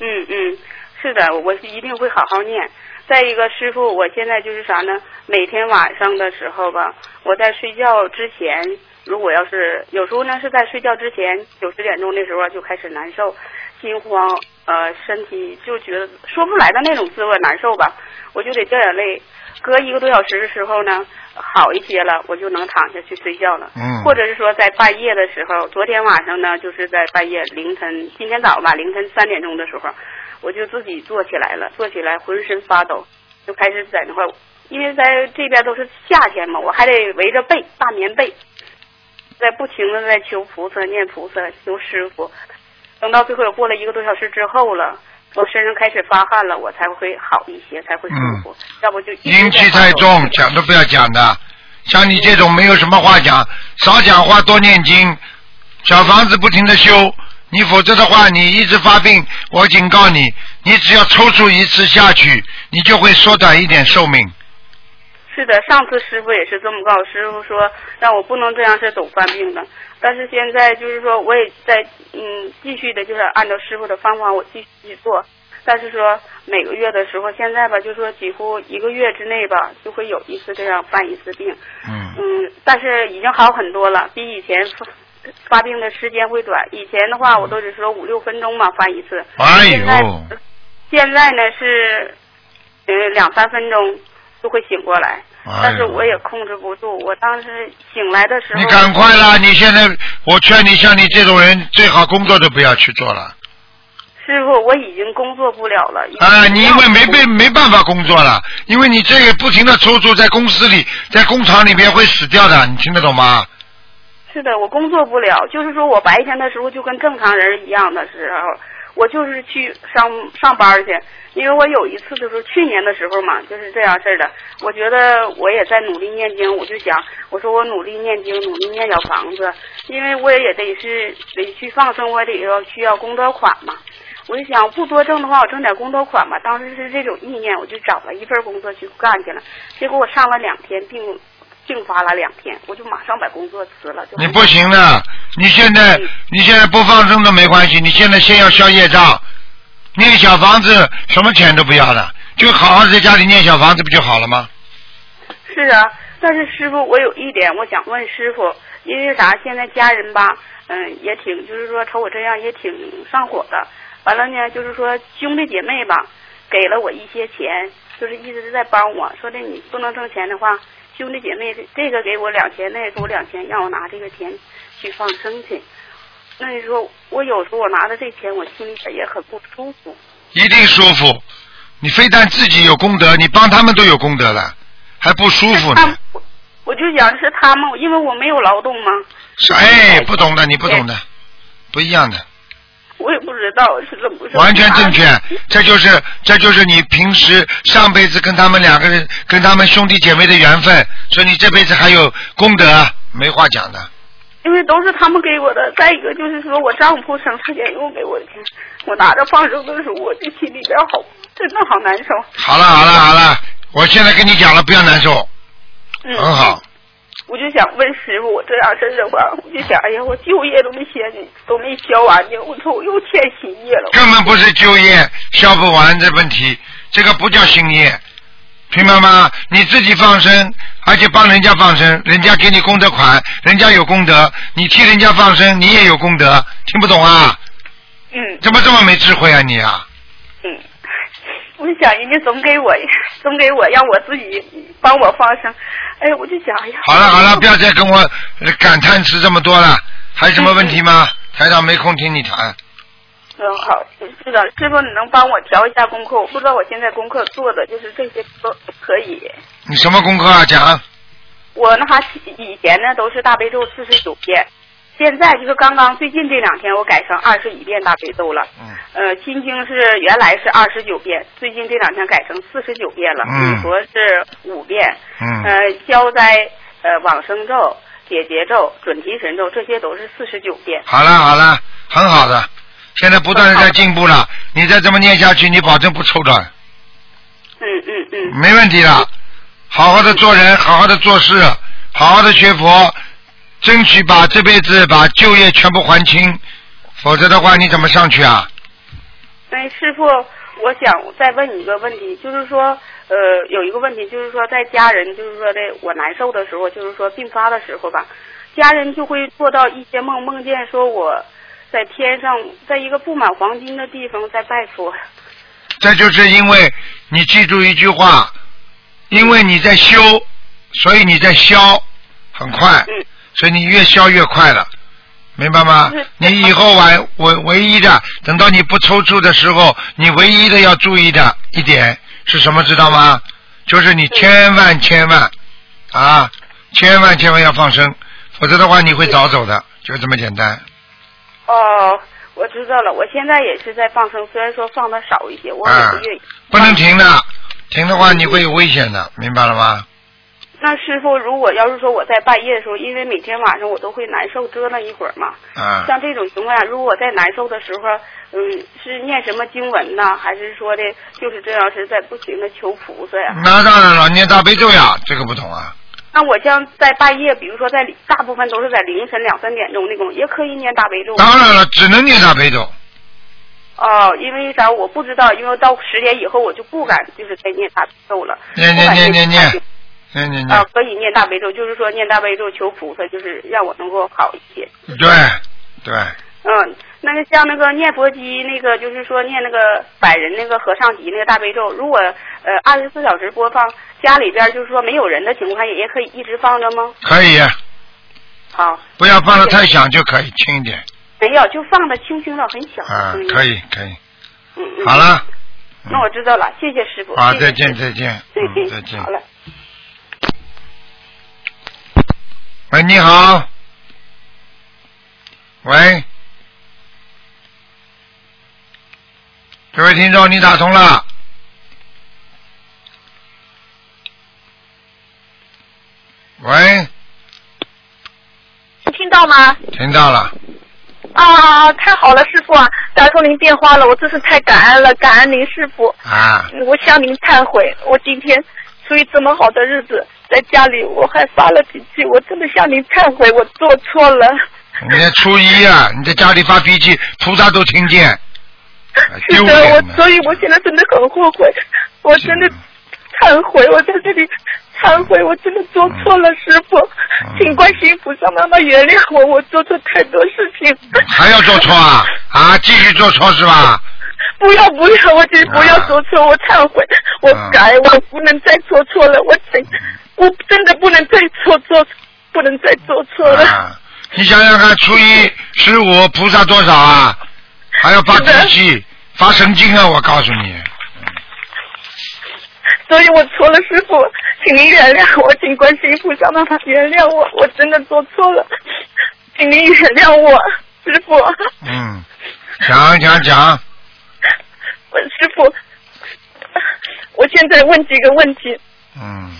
Speaker 7: 嗯嗯，是的，我是一定会好好念。再一个，师傅，我现在就是啥呢？每天晚上的时候吧，我在睡觉之前，如果要是有时候呢是在睡觉之前九十点钟的时候就开始难受，心慌，呃，身体就觉得说不出来的那种滋味，难受吧，我就得掉眼泪。隔一个多小时的时候呢，好一些了，我就能躺下去睡觉了。
Speaker 2: 嗯
Speaker 7: 或者是说在半夜的时候，昨天晚上呢，就是在半夜凌晨，今天早上吧，凌晨三点钟的时候，我就自己坐起来了，坐起来浑身发抖，就开始在那块儿，因为在这边都是夏天嘛，我还得围着被大棉被，在不停的在求菩萨、念菩萨、求师傅。等到最后过了一个多小时之后了，我身上开始发汗了，我才会好一些，才会舒服。要不就一
Speaker 2: 嗯
Speaker 7: 直
Speaker 2: 阴
Speaker 7: 在
Speaker 2: 气
Speaker 7: 发
Speaker 2: 太
Speaker 7: 抖
Speaker 2: 重，讲都不要讲的。像你这种没有什么话讲，少讲话，多念经，小房子不停的修。你否则的话，你一直发病，我警告你，你只要抽搐一次下去，你就会缩短一点寿命。
Speaker 7: 是的，上次师傅也是这么告诉，师傅说让我不能这样是走犯病的。但是现在就是说，我也在嗯继续的，就是按照师傅的方法，我继续做。但是说每个月的时候，现在吧，就说几乎一个月之内吧，就会有一次这样犯一次病。
Speaker 2: 嗯
Speaker 7: 嗯，但是已经好很多了，比以前发发病的时间会短。以前的话，我都只说五六分钟嘛发一次。
Speaker 2: 哎
Speaker 7: 现在
Speaker 2: 呦，
Speaker 7: 现在呢是，呃两三分钟就会醒过来，
Speaker 2: 哎呦
Speaker 7: 但是我也控制不住。我当时醒来的时候，
Speaker 2: 你赶快啦！你现在，我劝你，像你这种人，最好工作都不要去做了。
Speaker 7: 师傅，我已经工作不了了。已经
Speaker 2: 啊，你因为没被没办法工作了，因为你这个不停的抽搐，在公司里，在工厂里面会死掉的，你听得懂吗？
Speaker 7: 是的，我工作不了，就是说我白天的时候就跟正常人一样的时候，我就是去上上班去。因为我有一次就是去年的时候嘛，就是这样事儿的。我觉得我也在努力念经，我就想，我说我努力念经，努力念小房子，因为我也得是得去放生，我也得要需要工作款嘛。我就想不多挣的话，我挣点工作款吧。当时是这种意念，我就找了一份工作去干去了。结果我上了两天，并并发了两天，我就马上把工作辞了。就
Speaker 2: 你不行的，你现在你现在不放生都没关系，你现在先要消业障，念小房子什么钱都不要了，就好好在家里念小房子不就好了吗？
Speaker 7: 是啊，但是师傅，我有一点我想问师傅，因为啥？现在家人吧，嗯，也挺，就是说瞅我这样也挺上火的。完了呢，就是说兄弟姐妹吧，给了我一些钱，就是一直在帮我，说的你不能挣钱的话，兄弟姐妹这个给我两千，那个给我两千，让我拿这个钱去放生去。那你说我有时候我拿着这钱，我心里也很不舒服。
Speaker 2: 一定舒服。你非但自己有功德，你帮他们都有功德了，还不舒服呢。
Speaker 7: 我就想是他们，因为我没有劳动嘛，
Speaker 2: 是哎，不懂的，你不懂的，不一样的。
Speaker 7: 哎我也不知道是怎么回事。
Speaker 2: 完全正确，这就是这就是你平时上辈子跟他们两个人跟他们兄弟姐妹的缘分，所以你这辈子还有功德，没话讲的。
Speaker 7: 因为都是他们给我的。再一个就是说我丈夫省吃俭用给我的钱，我拿着放生的时候，我就心里边好，真的好难受。
Speaker 2: 好了好了好了，我现在跟你讲了，不要难受，
Speaker 7: 嗯，
Speaker 2: 很好。
Speaker 7: 我就想问师傅，我这样事儿的话，我就想，哎呀，我就业都没歇，都没消完呢，我说我又欠息业了。
Speaker 2: 根本不是就业消不完的问题，这个不叫新业，明白吗？你自己放生，而且帮人家放生，人家给你功德款，人家有功德，你替人家放生，你也有功德，听不懂啊？
Speaker 7: 嗯
Speaker 2: 怎么这么没智慧啊你啊？
Speaker 7: 嗯，我就想人家总给我总给我让我自己帮我放生，哎呀，我就想哎呀，
Speaker 2: 好了好了，不要再跟我呃感叹词这么多了，还有什么问题吗？台长没空听你谈。
Speaker 7: 嗯好，是的，师傅你能帮我调一下功课？我不知道我现在功课做的就是这些都可以。
Speaker 2: 你什么功课啊？讲，
Speaker 7: 我那啥以前呢都是大悲咒四十九遍，现在就是刚刚最近这两天我改成二十一遍大悲咒了。
Speaker 2: 嗯。
Speaker 7: 呃，心经是原来是二十九遍，最近这两天改成四十九遍了。
Speaker 2: 嗯
Speaker 7: 礼佛是五遍。
Speaker 2: 嗯
Speaker 7: 呃，消灾呃往生咒、解结咒、准提神咒这些都是四十九遍。
Speaker 2: 好了好了，很好的，现在不断的在进步了。你再这么念下去，你保证不抽的，
Speaker 7: 嗯嗯嗯。
Speaker 2: 没问题的。好好的做人，好好的做事，好好的学佛，争取把这辈子把旧业全部还清，否则的话你怎么上去啊？
Speaker 7: 哎，师傅，我想再问你一个问题，就是说，呃，有一个问题，就是说，在家人，就是说的我难受的时候，就是说病发的时候吧，家人就会做到一些梦，梦见说我在天上，在一个布满黄金的地方在拜佛。
Speaker 2: 这就是因为你记住一句话，因为你在修，所以你在消，很快，
Speaker 7: 嗯
Speaker 2: 所以你越消越快了，明白吗
Speaker 7: 是？
Speaker 2: 你以后完我唯一的，等到你不抽搐的时候，你唯一的要注意的一点是什么？知道吗？就是你千万千万啊，千万千万要放生，否则的话你会早走的，就这么简单。
Speaker 7: 哦，我知道了，我现在也是在放生，虽然说放的少一些，我每个月。
Speaker 2: 不能停的，停的话你会有危险的，明白了吗？
Speaker 7: 那师傅，如果要是说我在半夜的时候，因为每天晚上我都会难受折腾一会儿嘛，
Speaker 2: 啊。
Speaker 7: 像这种情况下，如果我在难受的时候，嗯，是念什么经文呢？还是说的，就是这样是在不停的求菩萨呀？
Speaker 2: 那当然了，念大悲咒呀，这个不懂啊。
Speaker 7: 那我像在半夜，比如说在大部分都是在凌晨两三点钟那种，也可以念大悲咒。
Speaker 2: 当然了，只能念大悲咒。
Speaker 7: 哦，因为啥？我不知道，因为到十点以后我就不敢就是再念大悲咒了。
Speaker 2: 念念
Speaker 7: 我感觉
Speaker 2: 念念
Speaker 7: 大悲
Speaker 2: 念念念
Speaker 7: 啊
Speaker 2: 念，，
Speaker 7: 可以念大悲咒，就是说念大悲咒求菩萨，就是让我能够好一些。
Speaker 2: 对对，
Speaker 7: 嗯，那个像那个念佛机，那个就是说念那个百人那个和尚集那个大悲咒，如果呃二十四小时播放，家里边就是说没有人的情况下，也可以一直放着吗？
Speaker 2: 可以，
Speaker 7: 好，
Speaker 2: 不要放的太响就可以，轻一点
Speaker 7: 没有，就放的轻轻的，很小。
Speaker 2: 啊，
Speaker 7: 嗯、
Speaker 2: 可。以可以。
Speaker 7: 嗯嗯。
Speaker 2: 好。了，
Speaker 7: 那我知道了，谢谢师傅。
Speaker 2: 好，
Speaker 7: 嗯谢谢
Speaker 2: 再见
Speaker 7: 师
Speaker 2: 再见，
Speaker 7: 傅嗯
Speaker 2: 嗯，
Speaker 7: 嗯，
Speaker 2: 再见
Speaker 7: 好。了。
Speaker 2: 喂，你好。喂，这位听众，你打通了。喂，
Speaker 4: 听到吗？
Speaker 2: 听到了。
Speaker 4: 啊，太好了，师傅啊，打通您电话了，我真是太感恩了，感恩您师傅。
Speaker 2: 啊，
Speaker 4: 我向您忏悔，我今天出于这么好的日子，在家里我还发了脾气，我真的向您忏悔，我做错了。
Speaker 2: 你在初一啊，你在家里发脾气，菩萨都听见，哎
Speaker 4: 是
Speaker 2: 丢
Speaker 4: 的，
Speaker 2: 脸
Speaker 4: 我
Speaker 2: 呢
Speaker 4: 所以我现在真的很后悔，我真的忏悔，我在这里忏悔，我真的做错了，师傅，
Speaker 2: 啊
Speaker 4: 请观世音菩萨妈妈原谅我，我做错太多事情。
Speaker 2: 还要做错啊？啊，继续做错是吧？
Speaker 4: 不要不要，我真不要做错，我忏悔，
Speaker 2: 啊
Speaker 4: 我改，我不能再做错了，我真我真的不能再做错，不能再做错了。
Speaker 2: 啊，你想想看，初一十五菩萨多少啊？还要发脾气，发神经啊！我告诉你，
Speaker 4: 所以我错了，师傅，请您原谅我，请观世音菩萨妈妈原谅我，我真的做错了，请您原谅我，师傅，
Speaker 2: 嗯，讲讲讲，
Speaker 4: 我师傅，我现在问几个问题，
Speaker 2: 嗯，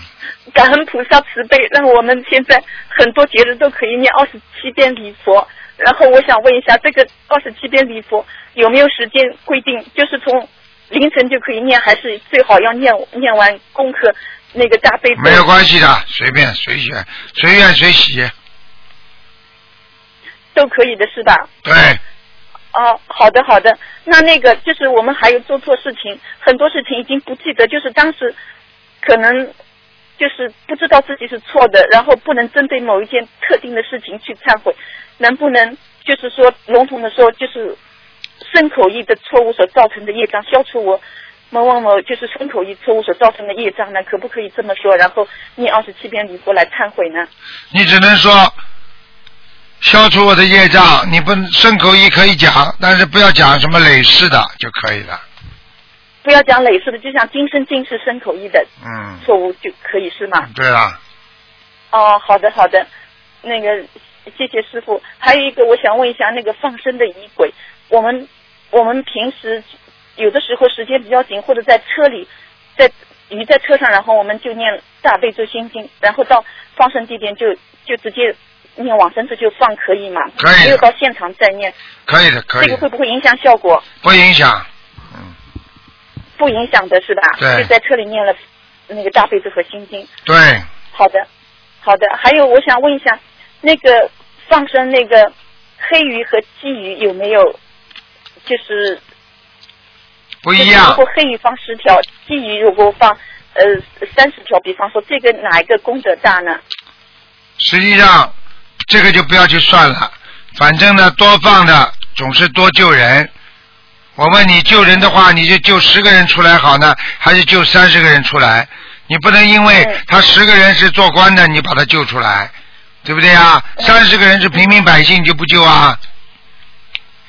Speaker 4: 感恩菩萨慈悲，让我们现在很多节日都可以念二十七遍礼佛。然后我想问一下，这个二十七遍礼佛有没有时间规定？就是从凌晨就可以念，还是最好要念念完功课那个大悲咒？
Speaker 2: 没有关系的，随便随选，随愿随喜，
Speaker 4: 都可以的是吧？
Speaker 2: 对，
Speaker 8: 哦，好的好的，那那个就是我们还有做错事情，很多事情已经不记得，就是当时可能就是不知道自己是错的，然后不能针对某一件特定的事情去忏悔，能不能就是说笼统的说，就是身口意的错误所造成的业障消除我某某某就是身口意错误所造成的业障呢？可不可以这么说？然后念二十七遍礼佛来忏悔呢？
Speaker 2: 你只能说消除我的业障，你不顺口一可以讲，但是不要讲什么累世的就可以了。
Speaker 8: 不要讲累世的，就像今生今世身口意的
Speaker 2: 嗯，
Speaker 8: 错误就可以是吗？
Speaker 2: 对了，
Speaker 8: 哦，好的好的，那个谢谢师傅。还有一个，我想问一下那个放生的仪轨，我们我们平时有的时候时间比较紧，或者在车里，在鱼在车上，然后我们就念大悲咒心经，然后到放生地点就就直接念往生咒就放可以吗？
Speaker 2: 可以
Speaker 8: 没有到现场再念，
Speaker 2: 可以的，可
Speaker 8: 这
Speaker 2: 以
Speaker 8: 个
Speaker 2: 的，
Speaker 8: 会不会影响效果？
Speaker 2: 不影响。
Speaker 8: 不影响的是吧？
Speaker 2: 对
Speaker 8: 就在车里念了那个大悲咒和心经。
Speaker 2: 对，
Speaker 8: 好的，好的。还有，我想问一下，那个放生那个黑鱼和鲫鱼有没有，就是
Speaker 2: 不
Speaker 8: 就
Speaker 2: 一
Speaker 8: 是如
Speaker 2: 样
Speaker 8: 果。黑鱼放十条，鲫鱼如果放呃三十条，比方说这个哪一个功德大呢？
Speaker 2: 实际上，这个就不要去算了。反正呢，多放的总是多救人。我问你，救人的话，你就救十个人出来好呢，还是救三十个人出来？你不能因为
Speaker 8: 嗯
Speaker 2: 他十个人是做官的，你把他救出来，对不对啊？三十个人是平民百姓，你就不救啊？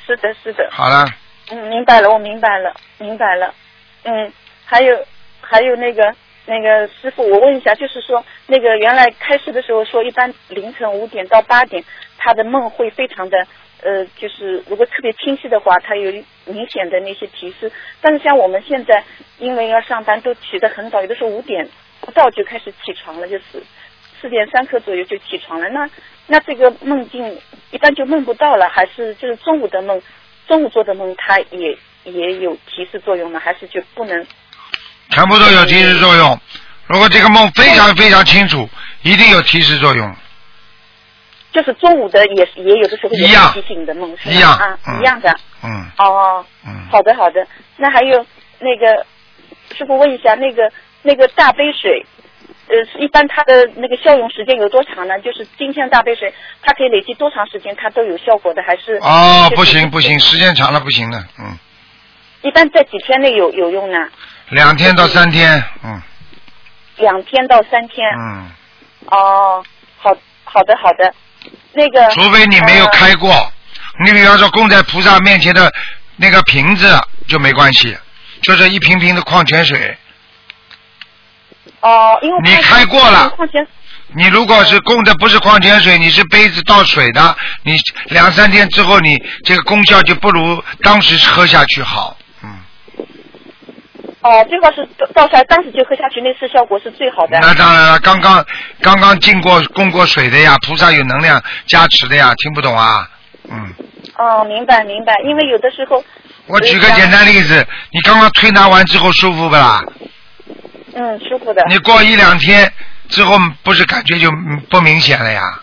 Speaker 8: 是的，是的。
Speaker 2: 好了，
Speaker 8: 嗯，明白了，我明白了，明白了。嗯，还有还有那个那个师傅，我问一下，就是说那个原来开始的时候说，一般凌晨五点到八点，他的梦会非常的呃，就是如果特别清晰的话，他有明显的那些提示。但是像我们现在，因为要上班，都起得很早，有的时候五点不到就开始起床了，就是四点三刻左右就起床了。那那这个梦境一般就梦不到了，还是就是中午的梦，中午做的梦它也也有提示作用呢，还是就不能？
Speaker 2: 全部都有提示作用。如果这个梦非常非常清楚，一定有提示作用。哦
Speaker 8: 就是中午的也是也有的时候也
Speaker 2: 一样
Speaker 8: 是提醒的梦是吧？
Speaker 2: 一样
Speaker 8: 啊，
Speaker 2: 嗯
Speaker 8: 一样的。
Speaker 2: 嗯
Speaker 8: 哦，
Speaker 2: 嗯，
Speaker 8: 好的好的。那还有那个师傅问一下，那个那个大杯水，呃，是一般它的那个效用时间有多长呢？就是今天的大杯水，它可以累积多长时间它都有效果的，还是？
Speaker 2: 哦，
Speaker 8: 就是
Speaker 2: 不行不行，时间长了不行的，嗯，
Speaker 8: 一般在几天内有有用呢？
Speaker 2: 两天到三天，嗯
Speaker 8: 两天到三天。
Speaker 2: 嗯。
Speaker 8: 哦，好好的好的，那个呃
Speaker 2: 除非你没有开过，你比方说供在菩萨面前的那个瓶子就没关系，就是一瓶瓶的矿泉水。
Speaker 8: 呃哦，因为
Speaker 2: 你开过了
Speaker 8: 矿泉
Speaker 2: 你如果是供的不是矿泉水，你是杯子倒水的，你两三天之后，你这个功效就不如当时喝下去好。嗯，
Speaker 8: 哦，最好是倒倒出来，当时就喝下去，那次效果是最好的。
Speaker 2: 那当然了，刚刚刚刚进过供过水的呀，菩萨有能量加持的呀，听不懂啊？嗯，
Speaker 8: 哦，明白明白，因为有的时候，
Speaker 2: 我举个简单例子，你刚刚推拿完之后舒服不啦？
Speaker 8: 嗯，舒服的。
Speaker 2: 你过一两天之后，不是感觉就不明显了呀？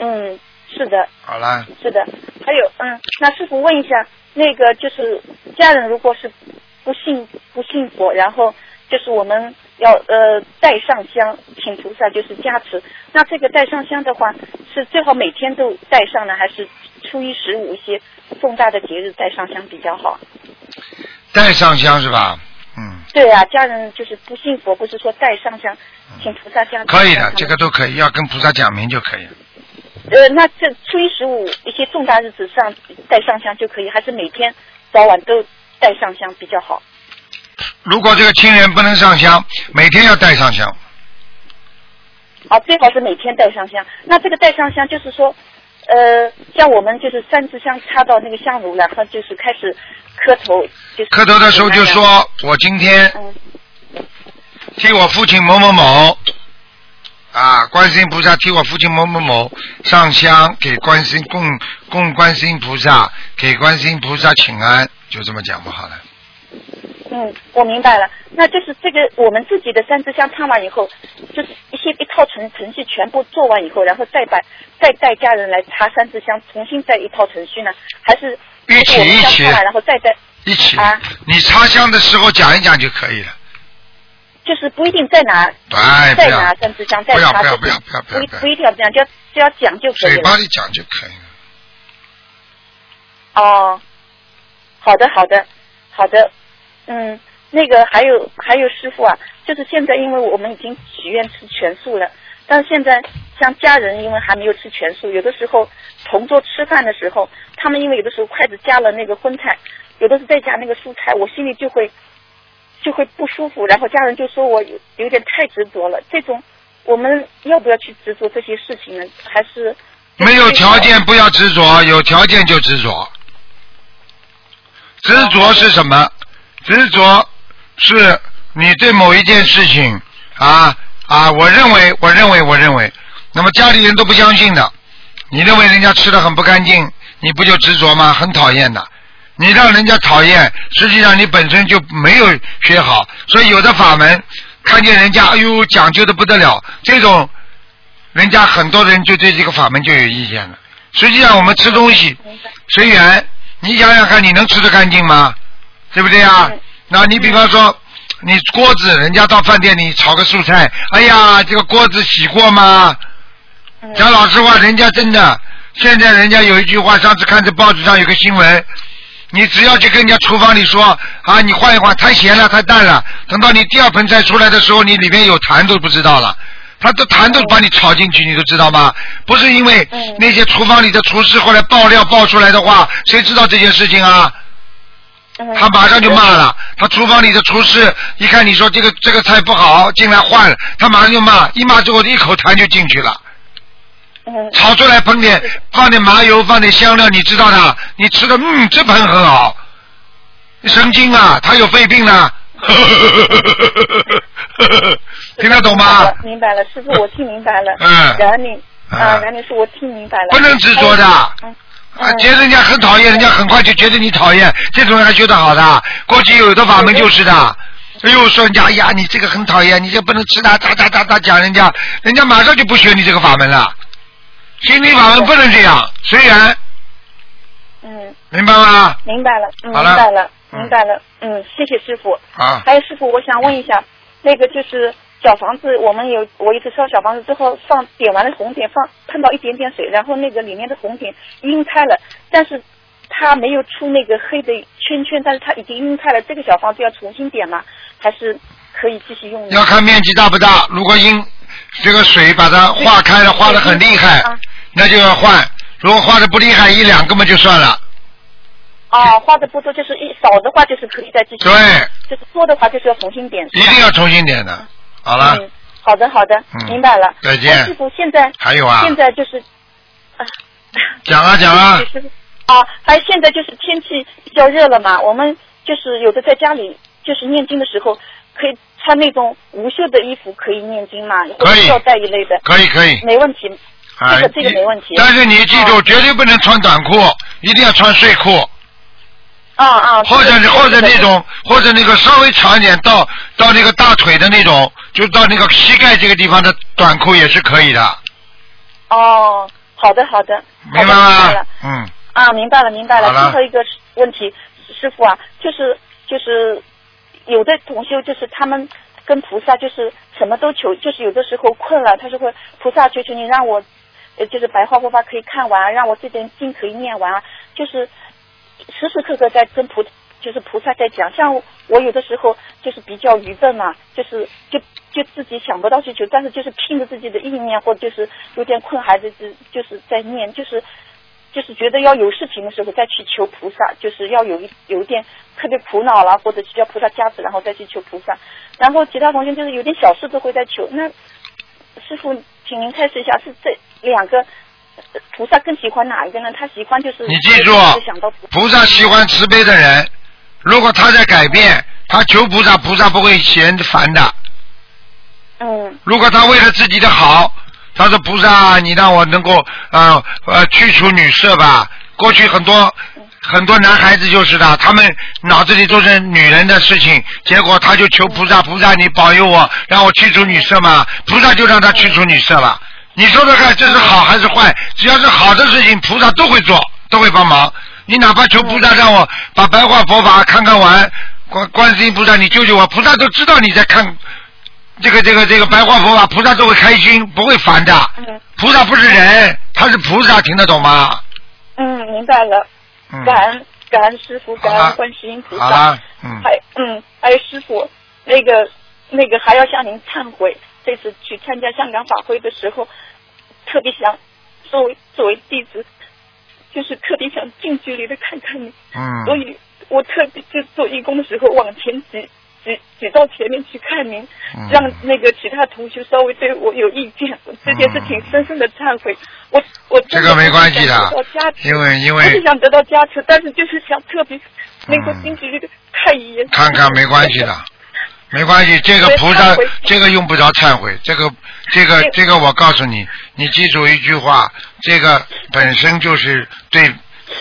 Speaker 8: 嗯，是的，
Speaker 2: 好了，
Speaker 8: 是的。还有，嗯，那师傅问一下，那个就是家人如果是不信不信佛，然后就是我们要呃带上香，请菩萨就是加持。那这个带上香的话，是最好每天都带上呢，还是初一十五一些重大的节日带上香比较好？
Speaker 2: 带上香是吧？嗯，
Speaker 8: 对啊，家人就是不信佛，不是说带上香，请菩萨加持。
Speaker 2: 可以的，这个都可以，要跟菩萨讲明就可以了。
Speaker 8: 呃，那这初一十五一些重大日子上带上香就可以，还是每天早晚都带上香比较好？
Speaker 2: 如果这个亲人不能上香，每天要带上香，
Speaker 8: 啊，最好是每天带上香。那这个带上香就是说，呃，像我们就是三支香插到那个香炉，然后就是开始磕头，就是
Speaker 2: 磕头的时候就
Speaker 8: 怎么样，
Speaker 2: 说：“我今天
Speaker 8: 嗯，
Speaker 2: 替我父亲某某某，啊，观世音菩萨替我父亲某某某上香给观世音供供观世音菩萨，给观世音菩萨请安，就这么讲不好了。
Speaker 8: 嗯，我明白了。那就是这个我们自己的三支香插完以后，就是一些一套程程序全部做完以后，然后再把再带家人来插三支香，重新再一套程序呢？还是
Speaker 2: 一起
Speaker 8: 我们
Speaker 2: 一
Speaker 8: 先
Speaker 2: 起
Speaker 8: 看完然后再在
Speaker 2: 一起
Speaker 8: 啊，
Speaker 2: 你插香的时候讲一讲就可以了。
Speaker 8: 就是不一定再拿
Speaker 2: 哎，不
Speaker 8: 再
Speaker 2: 要
Speaker 8: 拿，三支香，再
Speaker 2: 不要，
Speaker 8: 拿
Speaker 2: 不要，
Speaker 8: 就
Speaker 2: 不要，不要，不要，
Speaker 8: 不一
Speaker 2: 不要
Speaker 8: 不一定要这样，只要只要讲就可以
Speaker 2: 嘴巴
Speaker 8: 了。
Speaker 2: 里讲就可以了。
Speaker 8: 哦，好的好的好的，嗯，那个还有还有师傅啊，就是现在因为我们已经许愿吃全素了，但现在像家人因为还没有吃全素，有的时候同桌吃饭的时候，他们因为有的时候筷子夹了那个荤菜，有的是再加那个蔬菜，我心里就会就会不舒服，然后家人就说我有有点太执着了，这种我们要不要去执着这些事情呢？还是
Speaker 2: 没有条件不要执着，有条件就执着。执着是什么？执着是你对某一件事情啊啊，我认为，我认为，我认为，那么家里人都不相信的，你认为人家吃的很不干净，你不就执着吗？很讨厌的。你让人家讨厌，实际上你本身就没有学好，所以有的法门看见人家哎呦讲究的不得了，这种人家很多人就对这个法门就有意见了。实际上我们吃东西随缘，你想想看，你能吃得干净吗？对不对啊？那你比方说，你锅子，人家到饭店里炒个素菜，哎呀，这个锅子洗过吗？讲老实话，人家真的，现在人家有一句话，上次看在报纸上有个新闻，你只要去跟人家厨房里说啊，你换一换，太咸了，太淡了。等到你第二盆菜出来的时候，你里面有痰都不知道了，他的痰都把你炒进去，你都知道吗？不是因为那些厨房里的厨师后来爆料爆出来的话，谁知道这件事情啊？他马上就骂了，他厨房里的厨师一看你说这个这个菜不好，进来换了，他马上就骂，一骂之后一口痰就进去了。炒出来烹点，放点麻油，放点香料，你知道的。你吃的，嗯，这盆很好。你神经啊，他有肺病呢。 听得懂吗？
Speaker 8: 明白了，师傅，我听明白了。
Speaker 2: 嗯
Speaker 8: 然后你
Speaker 2: 嗯
Speaker 8: 啊，然后你说我听明白了。
Speaker 2: 不能执着的
Speaker 8: 嗯。
Speaker 2: 啊，觉得人家很讨厌，人家很快就觉得你讨厌，这种人还修得好的。啊过去有的法门就是的，又说人家哎呀，你这个很讨厌，你这不能吃它，哒哒哒哒讲人家，人家马上就不学你这个法门了。心理法门不能这样，虽然
Speaker 8: 嗯，
Speaker 2: 明白吗？
Speaker 8: 明白了，嗯
Speaker 2: 好
Speaker 8: 明
Speaker 2: 了
Speaker 8: 白了，
Speaker 2: 嗯
Speaker 8: 明白了。嗯，谢谢师傅。
Speaker 2: 啊，
Speaker 8: 还有师傅，我想问一下，那个就是小房子，我们有我一直烧小房子之后放点完了红点，放碰到一点点水，然后那个里面的红点晕开了，但是它没有出那个黑的圈圈，但是它已经晕开了。这个小房子要重新点吗？还是可以继续用呢？
Speaker 2: 要看面积大不大。如果因这个水把它化开
Speaker 8: 嗯
Speaker 2: 了，化的很厉害，
Speaker 8: 啊
Speaker 2: 那就要换。如果化的不厉害，
Speaker 8: 嗯
Speaker 2: 一两根本就算了。
Speaker 8: 哦，花的不多，就是一少的话就是可以再继续。
Speaker 2: 对，
Speaker 8: 就是多的话就是要重新点。
Speaker 2: 一定要重新点的。好了，
Speaker 8: 嗯，好的好的，
Speaker 2: 嗯
Speaker 8: 明白了。
Speaker 2: 再见
Speaker 8: 哎师傅，现在
Speaker 2: 还有啊
Speaker 8: 现在就是
Speaker 2: 讲啊讲啊
Speaker 8: 就，是啊，还现在就是天气比较热了嘛，我们就是有的在家里就是念经的时候，可以穿那种无袖的衣服可以念经嘛，或
Speaker 2: 可
Speaker 8: 者
Speaker 2: 以
Speaker 8: 吊带一类的，
Speaker 2: 可以可以。
Speaker 8: 没问题。
Speaker 2: 啊
Speaker 8: 这个这个没问题。
Speaker 2: 但是你记住，
Speaker 8: 哦
Speaker 2: 绝对不能穿短裤，一定要穿睡裤，
Speaker 9: 哦
Speaker 8: 啊啊，
Speaker 2: 或者
Speaker 8: 这
Speaker 2: 是
Speaker 8: 个
Speaker 2: 或者
Speaker 8: 这个
Speaker 2: 那种或者那个稍微长一点到到那个大腿的那种，就到那个膝盖这个地方的短裤也是可以的，
Speaker 8: 哦，好的好的，
Speaker 2: 明
Speaker 8: 好的
Speaker 2: 白
Speaker 8: 明
Speaker 2: 吗
Speaker 8: 白了？
Speaker 2: 嗯，
Speaker 8: 啊，明白了，明白了。
Speaker 2: 好了
Speaker 8: 最后一个问题，师傅啊，就是就是有的同修就是他们跟菩萨就是什么都求，就是有的时候困了，他就会菩萨求求你让我，呃，就是白话佛法可以看完，让我这点经可以念完，就是时时刻刻在跟菩就是菩萨在讲。像我有的时候就是比较愚笨嘛，就是就就自己想不到去求，但是就是拼着自己的意念，或者就是有点困，还是就就是在念，就是就是觉得要有事情的时候再去求菩萨，就是要有一有一点特别苦恼了，或者需要菩萨加持，然后再去求菩萨。然后其他同学就是有点小事都会在求。那师傅，请您开示一下，是这两个呃菩萨更喜欢哪一个呢？他喜欢就是
Speaker 2: 你记住
Speaker 8: 就是想到菩萨
Speaker 2: 菩萨喜欢慈悲的人，如果他在改变，他求菩萨，菩萨不会嫌烦的。
Speaker 8: 嗯
Speaker 2: 如果他为了自己的好，他说菩萨，你让我能够呃呃去除女色吧。过去很多很多男孩子就是的，他们脑子里都是女人的事情，结果他就求菩萨，菩萨你保佑我，让我去除女色嘛。菩萨就让他去除女色了。你说说看，这是好还是坏？只要是好的事情，菩萨都会做，都会帮忙。你哪怕求菩萨让我把白话佛法看看完，观观世音菩萨，你救救我！菩萨都知道你在看这个这个这个白话佛法，菩萨都会开心，不会烦的。
Speaker 8: 嗯
Speaker 2: 菩萨不是人，他是菩萨，听得懂吗？
Speaker 4: 嗯，明白了。
Speaker 2: 嗯
Speaker 4: 感恩感恩师傅，感恩观世音菩
Speaker 2: 好
Speaker 4: 萨
Speaker 2: 了。，嗯，
Speaker 4: 还嗯，还有师傅，那个那个还要向您忏悔，这次去参加香港法会的时候，特别想作为作为弟子，就是特别想近距离的看看你，
Speaker 2: 嗯，
Speaker 4: 所以我特别就做义工的时候往前挤。挤挤到前面去看您，
Speaker 2: 嗯
Speaker 4: 让那个其他同学稍微对我有意见，我这件事情深深的忏悔。我我
Speaker 2: 嗯这
Speaker 4: 真
Speaker 2: 个没关系
Speaker 4: 的
Speaker 2: 的
Speaker 4: 我想得到加持
Speaker 2: 因为因
Speaker 4: 我是
Speaker 2: 为
Speaker 4: 想得到加持，但是就是想特别能够近距离的看一眼。
Speaker 2: 看看没关系。的，没关系。这个菩萨
Speaker 4: 忏悔，
Speaker 2: 这个用不着忏悔，这个这个
Speaker 4: 对
Speaker 2: 这个，我告诉你，你记住一句话，这个本身就是对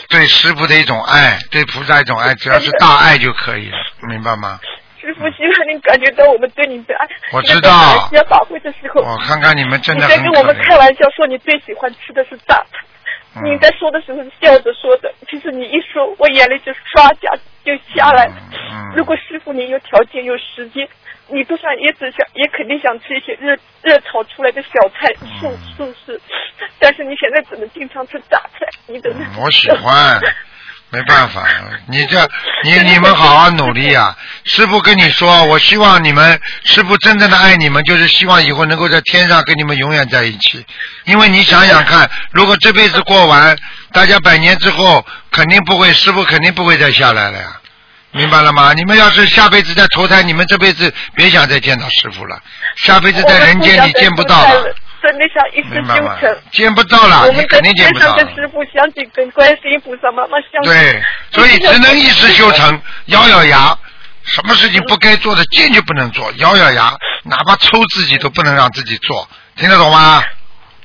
Speaker 2: 对师傅的一种爱，对菩萨一种爱，只要是大爱就可以了，明白吗？
Speaker 4: 师傅希望您感觉到我们对您的爱。
Speaker 2: 我
Speaker 4: 你在
Speaker 2: 知道
Speaker 4: 马来西亚法会的时候，
Speaker 2: 我看看你们真
Speaker 4: 你
Speaker 2: 的
Speaker 4: 在
Speaker 2: 很
Speaker 4: 跟我
Speaker 2: 可
Speaker 4: 们开
Speaker 2: 怜。
Speaker 4: 玩笑说你最喜欢吃的是大餐，
Speaker 2: 嗯
Speaker 4: 你在说的时候是笑着说的，其实你一说，我眼泪就刷下就下来。
Speaker 2: 嗯
Speaker 4: 如果师傅你有条件有时间，你多少也只想也肯定想吃一些热热炒出来的小菜
Speaker 2: 嗯
Speaker 4: 素素食，但是你现在只能经常吃大菜，你 等
Speaker 2: 嗯我喜欢，没办法，你这你你们好好努力啊！师傅跟你说，我希望你们师傅真正的爱你们，就是希望以后能够在天上跟你们永远在一起。因为你想想看，如果这辈子过完，大家百年之后肯定不会，师傅肯定不会再下来了呀。明白了吗？你们要是下辈子再投胎，你们这辈子别想再见到师傅了。下辈子在人间你见不到了，，
Speaker 4: 真的想一生
Speaker 2: 明白
Speaker 4: 修
Speaker 2: 吗
Speaker 4: 成。？
Speaker 2: 见不到了，
Speaker 4: 我
Speaker 2: 你
Speaker 4: 们在
Speaker 2: 肯定见
Speaker 4: 天
Speaker 2: 不到
Speaker 4: 上
Speaker 2: 了
Speaker 4: 跟。师傅相信，跟观世音菩萨妈妈相信。
Speaker 2: 对，所以只能一世修 成，咬咬牙，什么事情不该做的坚决不能做，咬咬牙，哪怕抽自己都不能让自己做，听得懂吗？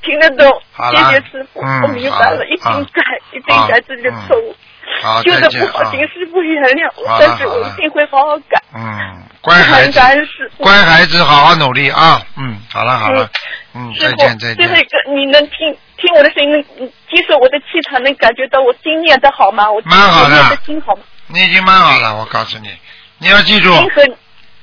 Speaker 4: 听得懂
Speaker 2: 好，
Speaker 4: 谢
Speaker 2: 啦
Speaker 4: 谢师傅，
Speaker 2: 嗯
Speaker 4: 我明白
Speaker 2: 好
Speaker 4: 了，一定
Speaker 2: 啊
Speaker 4: 改，一定改自己的错误。
Speaker 2: 好，
Speaker 4: 修
Speaker 2: 再
Speaker 4: 的
Speaker 2: 见
Speaker 4: 不好，
Speaker 2: 啊！
Speaker 4: 请师傅原谅我
Speaker 2: 好，了
Speaker 4: 但是
Speaker 2: 好
Speaker 4: 我
Speaker 2: 了
Speaker 4: 一定会好好改。
Speaker 2: 嗯，乖孩
Speaker 4: 很
Speaker 2: 子
Speaker 4: 感，恩师傅，
Speaker 2: 乖孩子，好好努力啊！嗯，好了好了，嗯，
Speaker 4: 师
Speaker 2: 再
Speaker 4: 傅，
Speaker 2: 见再
Speaker 4: 最后一
Speaker 2: 见。
Speaker 4: 个，你能听听我的声音，能接受我的气场，能感觉到我经念的好吗？我
Speaker 2: 蛮好的
Speaker 4: 我念的经好吗？
Speaker 2: 你已经蛮好了，我告诉你，你要记住，
Speaker 4: 经很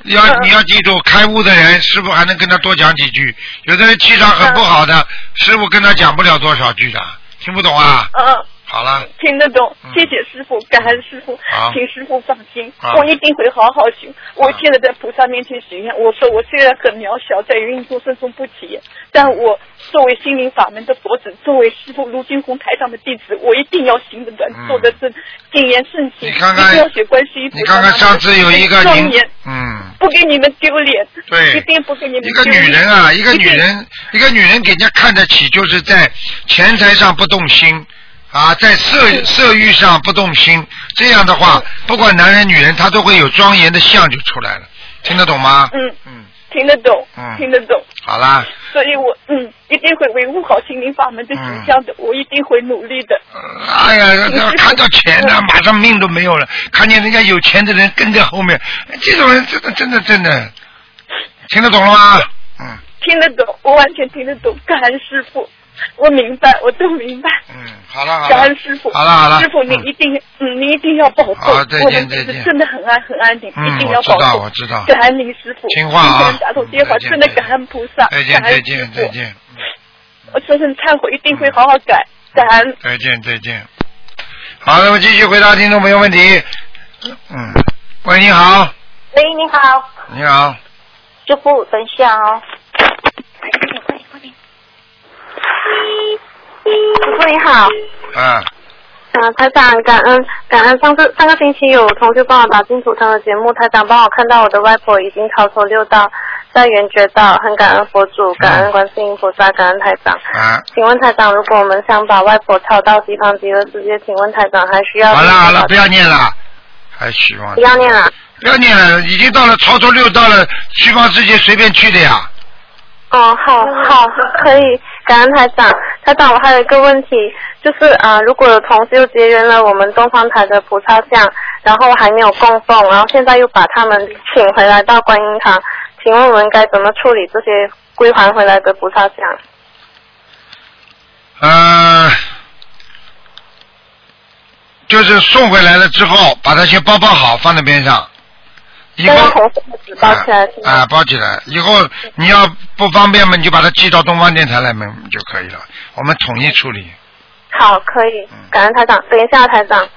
Speaker 2: 要
Speaker 4: 嗯
Speaker 2: 你要记住，开悟的人，师傅还能跟他多讲几句。有的人气场很不好的，师傅跟他讲不了多少句的，听不懂啊？
Speaker 4: 嗯。
Speaker 2: 好了，
Speaker 4: 听得懂
Speaker 2: 嗯，啊
Speaker 4: 谢谢师傅，感恩师傅
Speaker 2: 好，
Speaker 4: 请师傅放心
Speaker 2: 好，
Speaker 4: 我一定会好好
Speaker 2: 啊
Speaker 4: 修。我现在在菩萨面前许愿，我说我虽然很渺小，在芸芸众生中不起，但我作为心灵法门的佛子，作为师傅卢金红台上的弟子，我一定要行得端
Speaker 2: 嗯，
Speaker 4: 做得正，谨言慎行，
Speaker 2: 你看看
Speaker 4: 一定要学观世音菩
Speaker 2: 你
Speaker 4: 萨
Speaker 2: 看看上次有一个
Speaker 4: 庄
Speaker 2: 您
Speaker 4: 严，
Speaker 2: 嗯，
Speaker 4: 不给你们丢脸，
Speaker 2: 对
Speaker 4: 一定不给你们
Speaker 2: 一个
Speaker 4: 丢
Speaker 2: 女
Speaker 4: 脸。
Speaker 2: 人啊，一个女
Speaker 4: 定
Speaker 2: 人，一个女人给人家看得起，就是在钱财上不动心。啊，在色色欲上不动心，这样的话，不管男人女人，他都会有庄严的相就出来了，听得懂吗？
Speaker 4: 嗯，
Speaker 2: 嗯，
Speaker 4: 听得懂
Speaker 2: 嗯，
Speaker 4: 听得懂。
Speaker 2: 好啦，
Speaker 4: 所以我嗯一定会维护好心灵法
Speaker 2: 嗯
Speaker 4: 门的形象的，我一定会努力的。
Speaker 2: 呃哎呀，这看到钱了，马上命都没有了，看见人家有钱的人跟在后面，这种人真的真的真的，听得懂了吗？嗯
Speaker 4: 听得懂，我完全听得懂，感恩师傅，我明白，我都明白，
Speaker 2: 嗯，好了好
Speaker 4: 感
Speaker 2: 了
Speaker 4: 恩，师傅。
Speaker 2: 好了好了，
Speaker 4: 师傅，你
Speaker 2: 嗯
Speaker 4: 一定，嗯，你一定要保重。
Speaker 2: 好再见
Speaker 4: 我们弟
Speaker 2: 再见
Speaker 4: 子真的很爱很爱你，
Speaker 2: 嗯
Speaker 4: 一定要
Speaker 2: 我知道
Speaker 4: 保重。
Speaker 2: 我知道
Speaker 4: 感恩您师傅，
Speaker 2: 听话啊
Speaker 4: 今天打通电话，
Speaker 2: 嗯再见
Speaker 4: 真的感恩菩萨，
Speaker 2: 再见
Speaker 4: 感恩
Speaker 2: 再
Speaker 4: 师
Speaker 2: 见
Speaker 4: 傅
Speaker 2: 再。见嗯
Speaker 4: 我深深忏悔，一定会好好改，感恩。
Speaker 2: 再见再见。好，那么继续回答听众朋友问题。嗯，喂，你好，
Speaker 10: 喂，你好，
Speaker 2: 你好，
Speaker 10: 师傅，等一下哦。师傅你好，
Speaker 2: 啊，
Speaker 10: 嗯、台长，感恩感恩，上次上个星期有同学帮我打进图腾的节目，台长帮我看到我的外婆已经逃脱六道，在圆觉道，很感恩佛 祖，感恩观世音菩萨，感恩台长。
Speaker 2: 啊，
Speaker 10: 请问台长，如果我们想把外婆超到西方极乐世界，请问台长还需要
Speaker 2: 好了好了，不要念了，还希望
Speaker 10: 不要念了。
Speaker 2: 不要念了，已经到了超脱六，到了西方世界随便去的呀。
Speaker 10: 哦，好好，可以，感恩台长。台长，我还有一个问题，就是啊、呃如果有同修结缘了我们东方台的菩萨像，然后还没有供奉，然后现在又把他们请回来到观音堂，请问我们该怎么处理这些归还回来的菩萨像？
Speaker 2: 呃，就是送回来了之后，把它先包包好，放在边上。以
Speaker 10: 再
Speaker 2: 后
Speaker 10: 用红色的纸包起来是吗？
Speaker 2: 啊，包起来。以后你要不方便嘛，你就把它寄到东方电台来嘛就可以了。我们统一处理。
Speaker 10: 好，可以，感恩台长。等一下，台长。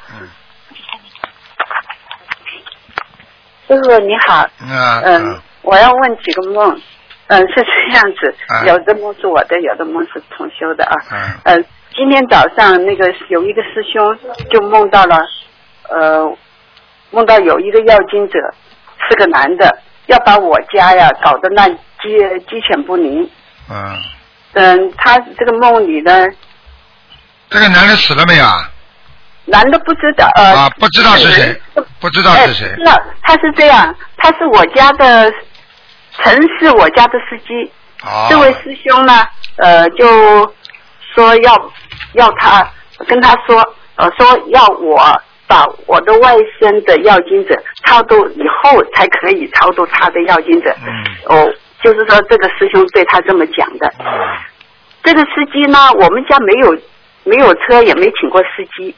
Speaker 3: 师傅哦你好，
Speaker 2: 那
Speaker 3: 嗯，我要问几个梦，嗯，是这样子，
Speaker 2: 啊
Speaker 3: 有的梦是我的，有的梦是同修的啊。
Speaker 2: 嗯
Speaker 3: 呃，今天早上那个有一个师兄就梦到了，呃，梦到有一个要经者是个男的，要把我家呀搞得那鸡鸡犬不宁。
Speaker 2: 嗯，
Speaker 3: 嗯，他这个梦里呢，
Speaker 2: 这个男人死了没有啊？
Speaker 3: 男的不知道呃，
Speaker 2: 啊，不知道是谁，
Speaker 3: 嗯
Speaker 2: 不知道是谁
Speaker 3: 哎。那他是这样，他是我家的，曾是我家的司机。
Speaker 2: 哦
Speaker 3: 哎这位师兄呢，呃，就说要要他跟他说，呃，说要我把我的外甥的要经者超度以后，才可以超度他的要经者。
Speaker 2: 嗯
Speaker 3: 哦，就是说这个师兄对他这么讲的。
Speaker 2: 嗯
Speaker 3: 这个司机呢，我们家没有没有车，也没请过司机。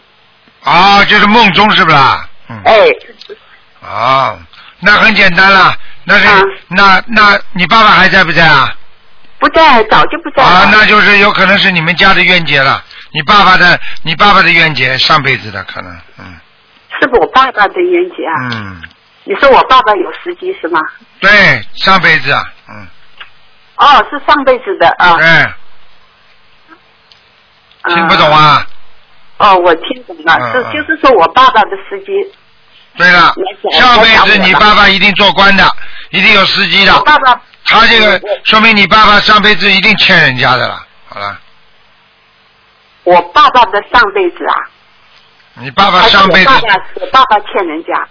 Speaker 2: 啊，就是梦中是不啦？
Speaker 3: 哎，
Speaker 2: 啊，那很简单了，那
Speaker 3: 啊
Speaker 2: 是、那那你爸爸还在不在啊？
Speaker 3: 不在，早就不在了。
Speaker 2: 啊，那就是有可能是你们家的冤结了，你爸爸的你爸爸的冤结，上辈子的可能，嗯
Speaker 3: 是不我爸爸的冤结啊？
Speaker 2: 嗯，
Speaker 3: 你说我爸爸有司机是吗？
Speaker 2: 对，上辈子啊，嗯，
Speaker 3: 哦，是上辈子的啊。嗯
Speaker 2: 哎，听不懂啊？
Speaker 3: 哦，我听懂了，
Speaker 2: 嗯
Speaker 3: 是
Speaker 2: 嗯
Speaker 3: 就是说我爸爸的司机。
Speaker 2: 对了
Speaker 3: 没事，
Speaker 2: 上辈
Speaker 3: 我
Speaker 2: 子
Speaker 3: 想我
Speaker 2: 你
Speaker 3: 了
Speaker 2: 爸爸一定做官的，一定有司机的。
Speaker 3: 我爸爸
Speaker 2: 他这个说明你爸爸上辈子一定欠人家的了。好了，
Speaker 3: 我爸爸的上辈子啊，
Speaker 2: 你爸爸
Speaker 3: 还是
Speaker 2: 上辈子
Speaker 3: 我，爸爸我爸爸欠人家。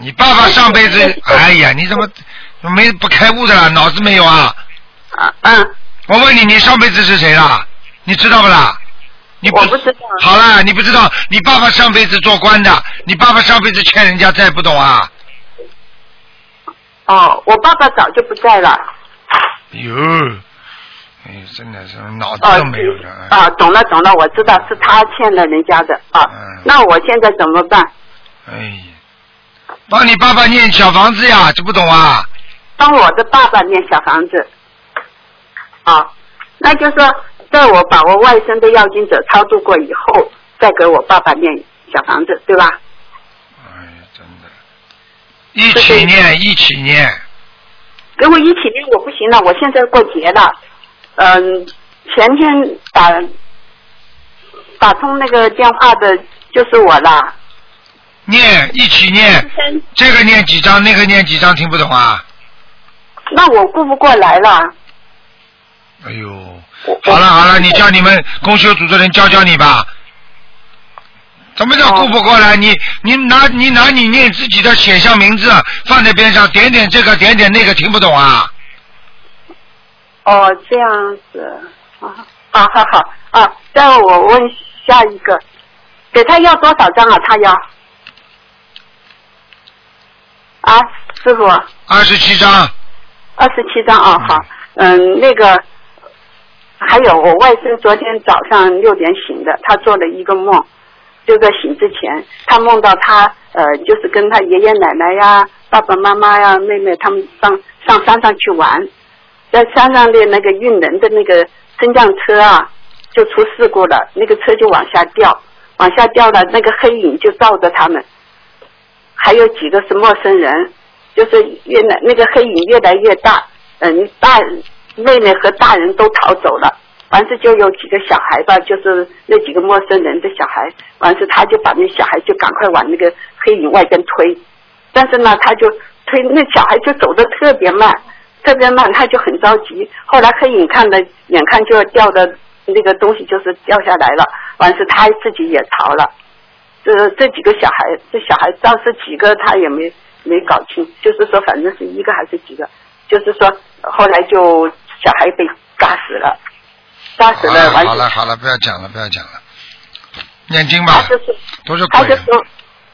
Speaker 2: 你爸爸上辈 子，哎呀，你怎么没不开悟的啦？脑子没有啊？
Speaker 3: 啊，嗯。
Speaker 2: 我问你，你上辈子是谁啦？你知道不啦？你我不
Speaker 3: 知道。
Speaker 2: 好啦，你不知道，你爸爸上辈子做官的，你爸爸上辈子欠人家债，不懂啊？
Speaker 3: 哦，我爸爸早就不在了。
Speaker 2: 哟，哎呦，真的是脑子都没有了。哎
Speaker 3: 啊，懂了懂了，我知道是他欠了人家的啊。
Speaker 2: 嗯
Speaker 3: 那我现在怎么办？
Speaker 2: 哎呀，帮你爸爸念小房子呀，这不懂啊？
Speaker 3: 帮我的爸爸念小房子。啊，那就说，在我把我外甥的要经者超度过以后，再给我爸爸念小房子，对吧？
Speaker 2: 一起念，一起念。
Speaker 3: 给我一起念，我不行了，我现在过节了。嗯，前天打打通那个电话的就是我啦。
Speaker 2: 念，一起念，这个念几张，那个念几张，听不懂啊？
Speaker 3: 那我顾不过来了。
Speaker 2: 哎呦，好了好了，你叫你们公修组的人教教你吧。怎么叫顾不过来？你你拿你拿你念自己的写上名字放在边上，点点这个，点点那个，听不懂啊？
Speaker 3: 哦，这样子啊，啊，好好啊。那我问下一个，给他要多少张啊？他要啊，师傅，
Speaker 2: 二十七张，
Speaker 3: 二十七张啊，好，嗯，那个还有我外甥昨天早上六点醒的，他做了一个梦，就在醒之前，他梦到他呃，就是跟他爷爷奶奶呀、爸爸妈妈呀、妹妹他们上上山上去玩，在山上的那个运人的那个升降车啊，就出事故了，那个车就往下掉，往下掉了，那个黑影就照着他们，还有几个是陌生人，就是越来那个黑影越来越大，嗯，大妹妹和大人都逃走了，完事就有几个小孩吧，就是那几个陌生人的小孩，完事他就把那小孩就赶快往那个黑影外边推，但是呢，他就推那小孩就走的特别慢，特别慢，他就很着急。后来黑影看了，眼看就要掉的那个东西就是掉下来了，完事他自己也逃了。这这几个小孩，这小孩倒是几个，他也没没搞清，就是说反正是一个还是几个，就是说后来就小孩被炸死了，炸死
Speaker 2: 好了
Speaker 3: 了，完
Speaker 2: 好了好了，不要讲了不要讲了，念经吧，都是
Speaker 3: 他
Speaker 2: 鬼
Speaker 3: 就。说，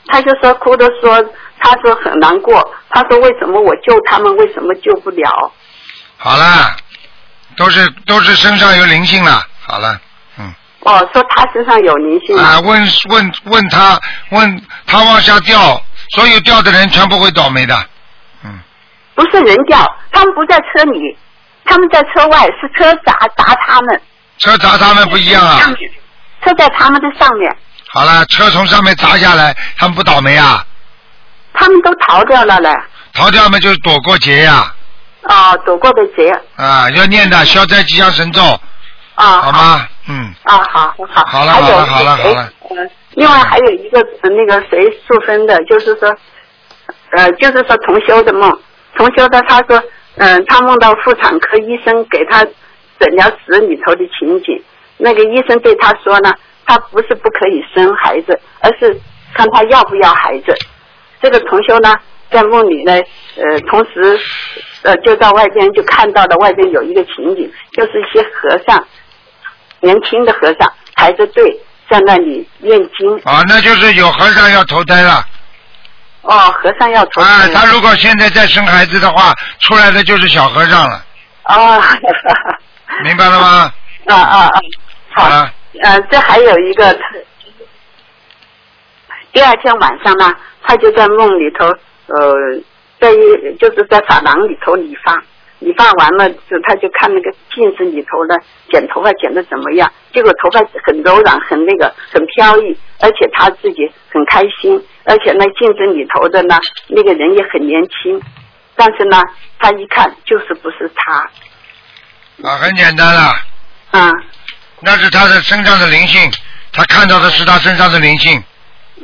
Speaker 3: 他就说哭着说，他说很难过，他说为什么我救他们，为什么救不了？
Speaker 2: 好了，都是都是身上有灵性了，好了，嗯
Speaker 3: 哦，说他身上有灵性
Speaker 2: 啊，问问问他，问他往下掉，所有掉的人全部会倒霉的。
Speaker 3: 不是人掉，他们不在车里，他们在车外，是车砸砸他们。
Speaker 2: 车砸他们不一样啊。
Speaker 3: 车在他们的上面，
Speaker 2: 好了，车从上面砸下来，他们不倒霉啊？
Speaker 3: 他们都逃掉了嘞。
Speaker 2: 逃掉嘛就是躲过劫呀、
Speaker 3: 哦，躲过的劫。
Speaker 2: 啊，要念的消灾吉祥神咒，
Speaker 3: 嗯啊，
Speaker 2: 好吗？嗯，
Speaker 3: 啊，好，好。
Speaker 2: 好了，
Speaker 3: 还
Speaker 2: 好
Speaker 3: 有
Speaker 2: 了，好了，好
Speaker 3: 谁
Speaker 2: 了。
Speaker 3: 呃另外还有一个呃那个谁素芬的，就是说，呃，就是说同修的梦，同修的他说，嗯、他梦到妇产科医生给他诊疗室里头的情景，那个医生对他说呢，他不是不可以生孩子，而是看他要不要孩子。这个同修呢，在梦里呢，呃，同时，呃，就到外边就看到了外边有一个情景，就是一些和尚，年轻的和尚排着队在那里念经。
Speaker 2: 啊，那就是有和尚要投胎了。
Speaker 3: 哦，和尚要投胎。
Speaker 2: 啊，他如果现在再生孩子的话，出来的就是小和尚了，
Speaker 3: 啊
Speaker 2: 明白了吗？
Speaker 3: 啊啊啊！
Speaker 2: 好了，
Speaker 3: 呃，这还有一个，第二天晚上呢，他就在梦里头，呃，在一就是在发廊里头理发，理发完了就他就看那个镜子里头呢，剪头发剪的怎么样？结果头发很柔软，很那个，很飘逸，而且他自己很开心，而且那镜子里头的呢，那个人也很年轻，但是呢，他一看就是不是他，
Speaker 2: 啊，很简单了。
Speaker 3: 嗯
Speaker 2: 那是他的身上的灵性，他看到的是他身上的灵性，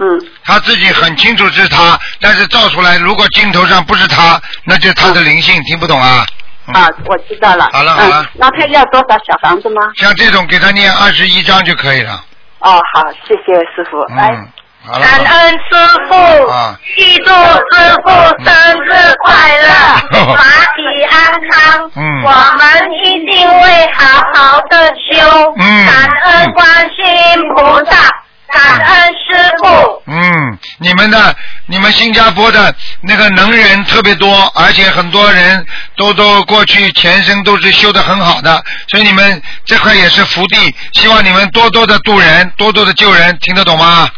Speaker 3: 嗯。
Speaker 2: 他自己很清楚是他，但是照出来，如果镜头上不是他，那就是他的灵性，听不懂啊？
Speaker 3: 啊，我知道了。
Speaker 2: 好了好了
Speaker 3: 嗯，那他要多少小房子吗？
Speaker 2: 像这种给他念二十一章就可以了。
Speaker 3: 哦，好，谢谢师傅。
Speaker 2: 嗯，好了。
Speaker 11: 感恩师
Speaker 2: 好了
Speaker 11: 傅，
Speaker 2: 啊，
Speaker 11: 记住师傅生日快乐，法体安康。
Speaker 2: 啊嗯
Speaker 11: 我们一定会好好的修。
Speaker 2: 嗯
Speaker 11: 感恩观世音菩萨，感恩师傅。
Speaker 2: 嗯，你们的你们新加坡的那个能人特别多，而且很多人都都过去前生都是修的很好的，所以你们这块也是福地，希望你们多多的度人，多多的救人，听得懂吗？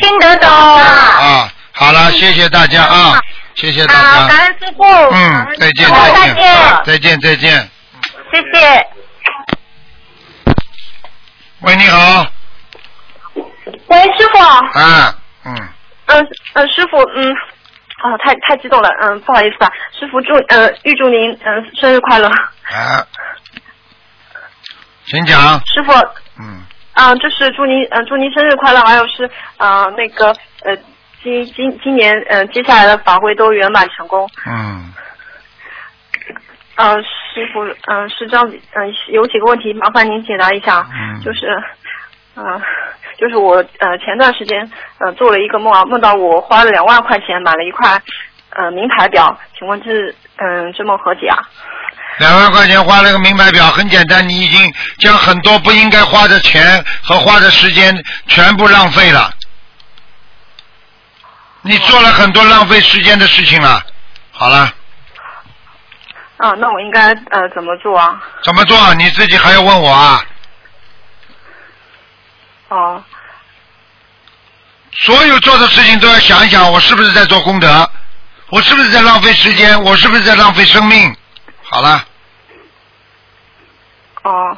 Speaker 11: 听得懂。
Speaker 2: 啊，好了，谢谢大家啊，谢谢大
Speaker 11: 好，感
Speaker 2: 家，
Speaker 11: 恩师傅。
Speaker 2: 嗯，再见
Speaker 11: 好
Speaker 2: 再
Speaker 11: 再见
Speaker 2: 见再见再见，
Speaker 11: 谢谢。
Speaker 2: 喂，你好，
Speaker 9: 喂，师傅，
Speaker 2: 啊，嗯，
Speaker 9: 嗯、嗯，师傅，嗯，哦，太太激动了，嗯，不好意思啊，师傅祝呃预祝您嗯、生日快乐，
Speaker 2: 啊，请讲，
Speaker 9: 师傅，
Speaker 2: 嗯，
Speaker 9: 啊、就是祝您嗯、祝您生日快乐，还有是呃那个呃今今今年嗯、呃接下来的法会都圆满成功，
Speaker 2: 嗯，
Speaker 9: 嗯、师傅嗯、是这样子，嗯、有几个问题麻烦您解答一下，
Speaker 2: 嗯
Speaker 9: 就是嗯、呃就是我呃前段时间呃做了一个梦啊，梦到我花了两万块钱买了一块呃名牌表，请问这嗯、这梦何解啊？
Speaker 2: 两万块钱花了个名牌表，很简单，你已经将很多不应该花的钱和花的时间全部浪费了，你做了很多浪费时间的事情了。好了，
Speaker 9: 啊，那我应该呃怎么做啊？
Speaker 2: 怎么做？你自己还要问我啊？
Speaker 9: 哦、
Speaker 2: 所有做的事情都要想一想，我是不是在做功德？我是不是在浪费时间？我是不是在浪费生命？好了，
Speaker 9: 哦，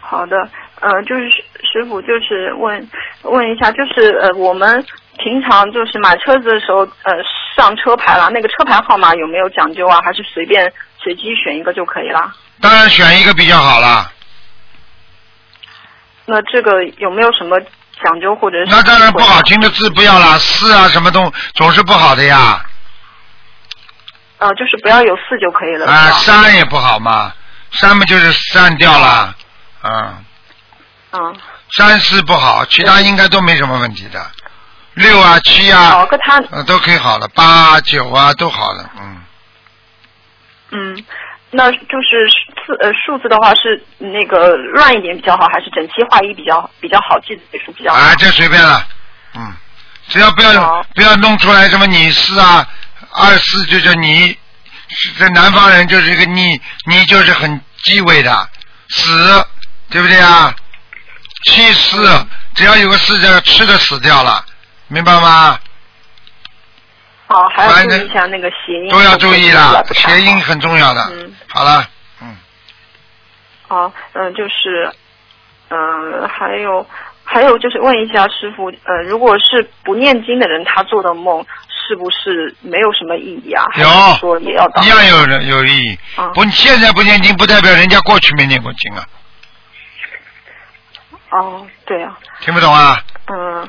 Speaker 9: 好的，呃，就是师师傅就是问问一下，就是呃我们平常就是买车子的时候，呃上车牌啦，那个车牌号码有没有讲究啊？还是随便随机选一个就可以啦？
Speaker 2: 当然选一个比较好了。
Speaker 9: 那这个有没有什么讲究或者是？
Speaker 2: 那当然不好听的字不要啦，四啊什么东总是不好的呀。
Speaker 9: 呃，就是不要有四就可以了。
Speaker 2: 啊，
Speaker 9: 是吧
Speaker 2: 删也不好嘛，删嘛就是删掉了，
Speaker 9: 哦
Speaker 2: 啊，
Speaker 9: 嗯，
Speaker 2: 删是不好，其他应该都没什么问题的。六啊，七啊
Speaker 9: 哦，，跟他
Speaker 2: 呃，都可以好了，八啊九啊都好了，嗯，
Speaker 9: 嗯，那就是字呃数字的话是那个乱一点比较好，还是整齐划一比较比较好记的数比较好？
Speaker 2: 啊，这随便了，嗯，只要不要
Speaker 9: 好
Speaker 2: 不要弄出来什么你四啊，二四就叫你，这南方人就是一个你，你就是很忌讳的，死，对不对啊？去世，只要有个四这个吃的死掉了，明白吗？
Speaker 9: 哦，还要注意一下那个谐音。
Speaker 2: 都要注意
Speaker 9: 了
Speaker 2: 啦，，谐音很重要的。
Speaker 9: 嗯
Speaker 2: 好了，
Speaker 9: 哦，嗯、就是，嗯、还有还有就是问一下师傅，呃，如果是不念经的人，他做的梦是不是没有什么意义啊？还
Speaker 2: 有
Speaker 9: 是说也要嗯当
Speaker 2: 一样有人有意义。不，你现在不念经，不代表人家过去没念过经啊，
Speaker 9: 哦，对啊，
Speaker 2: 听不懂啊？
Speaker 9: 嗯、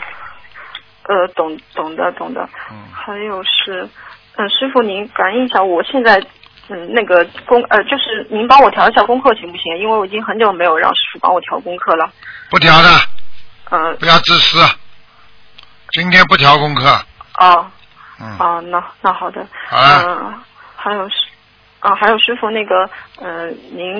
Speaker 9: 呃，懂懂的懂的。
Speaker 2: 嗯
Speaker 9: 还有是，嗯、师傅您感应一下，我现在。嗯，那个功呃，就是您帮我调一下功课行不行？因为我已经很久没有让师傅帮我调功课了。
Speaker 2: 不调的，
Speaker 9: 嗯、
Speaker 2: 不要自私。啊今天不调功课，
Speaker 9: 哦，
Speaker 2: 嗯
Speaker 9: 哦，那那好的，
Speaker 2: 好了
Speaker 9: 嗯，还有师，啊，还有师傅那个，嗯、您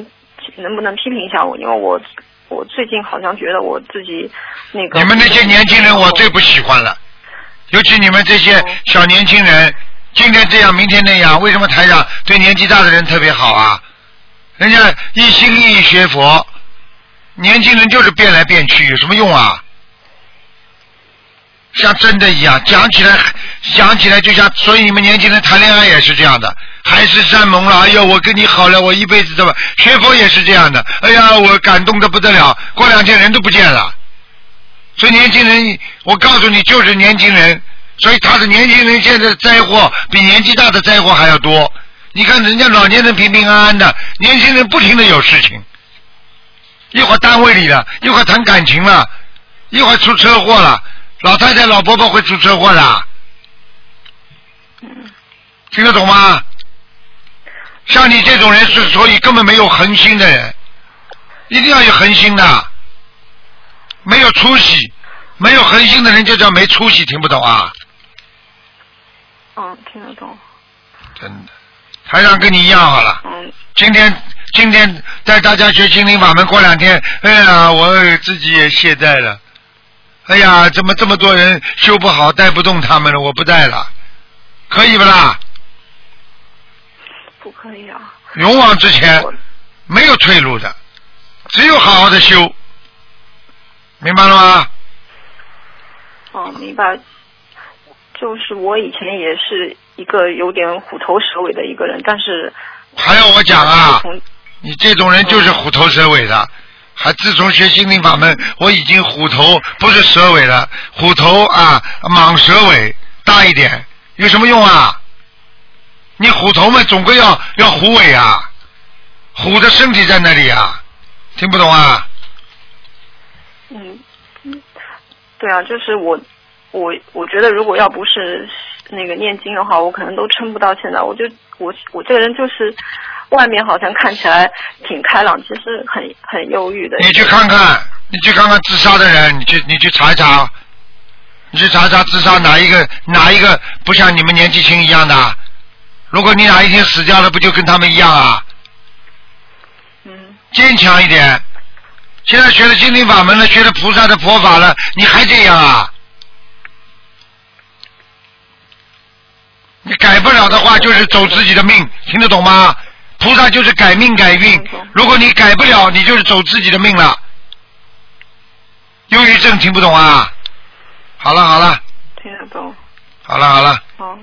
Speaker 9: 能不能批评一下我？因为我我最近好像觉得我自己那个哦
Speaker 2: 你们那些年轻人我最不喜欢了，尤其你们这些小年轻人，今天这样，明天那样，为什么台长对年纪大的人特别好啊？人家一心一意学佛，年轻人就是变来变去，有什么用啊？像真的一样，讲起来，讲起来就像，所以你们年轻人谈恋爱也是这样的，海誓山盟了，哎呦，我跟你好了，我一辈子怎么学佛也是这样的，哎呀，我感动的不得了，过两天人都不见了。所以年轻人，我告诉你，就是年轻人，所以他的年轻人现在的灾祸比年纪大的灾祸还要多。你看人家老年人平平安安的，年轻人不停的有事情，一会儿单位里了，一会儿谈感情了，一会儿出车祸了，老太太、老婆婆会出车祸的。听得懂吗？像你这种人是所以根本没有恒心的人，一定要有恒心的。没有出息，没有恒心的人就叫没出息，听不懂啊？
Speaker 9: 嗯，听得懂，
Speaker 2: 真的，台长跟你一样好了。
Speaker 9: 嗯。
Speaker 2: 今天今天带大家学心灵法门，过两天，哎呀，我自己也懈怠了。哎呀，怎么这么多人修不好，带不动他们了？我不带了，可以不啦？
Speaker 9: 不可以啊，
Speaker 2: 勇往直前，没有退路的，只有好好的修，明白了吗？
Speaker 9: 哦，明白。就是我以前也是一个有点虎头蛇尾的一个人，但是呃
Speaker 2: 还要我讲啊？你这种人就是虎头蛇尾的。还自从学心灵法门，我已经虎头不是蛇尾了，虎头啊，蟒蛇尾大一点，有什么用啊？你虎头嘛，总归要要虎尾啊，虎的身体在那里啊，听不懂啊？
Speaker 9: 嗯，嗯，对啊，就是我，我我觉得如果要不是那个念经的话，我可能都撑不到现在。我就我我这个人就是，外面好像看起来挺开朗，其实很很忧郁的。
Speaker 2: 你去看看，你去看看自杀的人，你去你去查一查，你去查一查自杀哪一个哪一个不像你们年纪轻一样的。如果你哪一天死掉了，不就跟他们一样啊？嗯。坚强一点。现在学了心灵法门了，学了菩萨的佛法了，你还这样啊？你改不了的话，就是走自己的命，听得懂吗？菩萨就是改命改运，如果你改不了，你就是走自己的命了。忧郁症听不懂啊？好了好了
Speaker 9: 听得懂，
Speaker 2: 好了好了，
Speaker 9: 哦，啊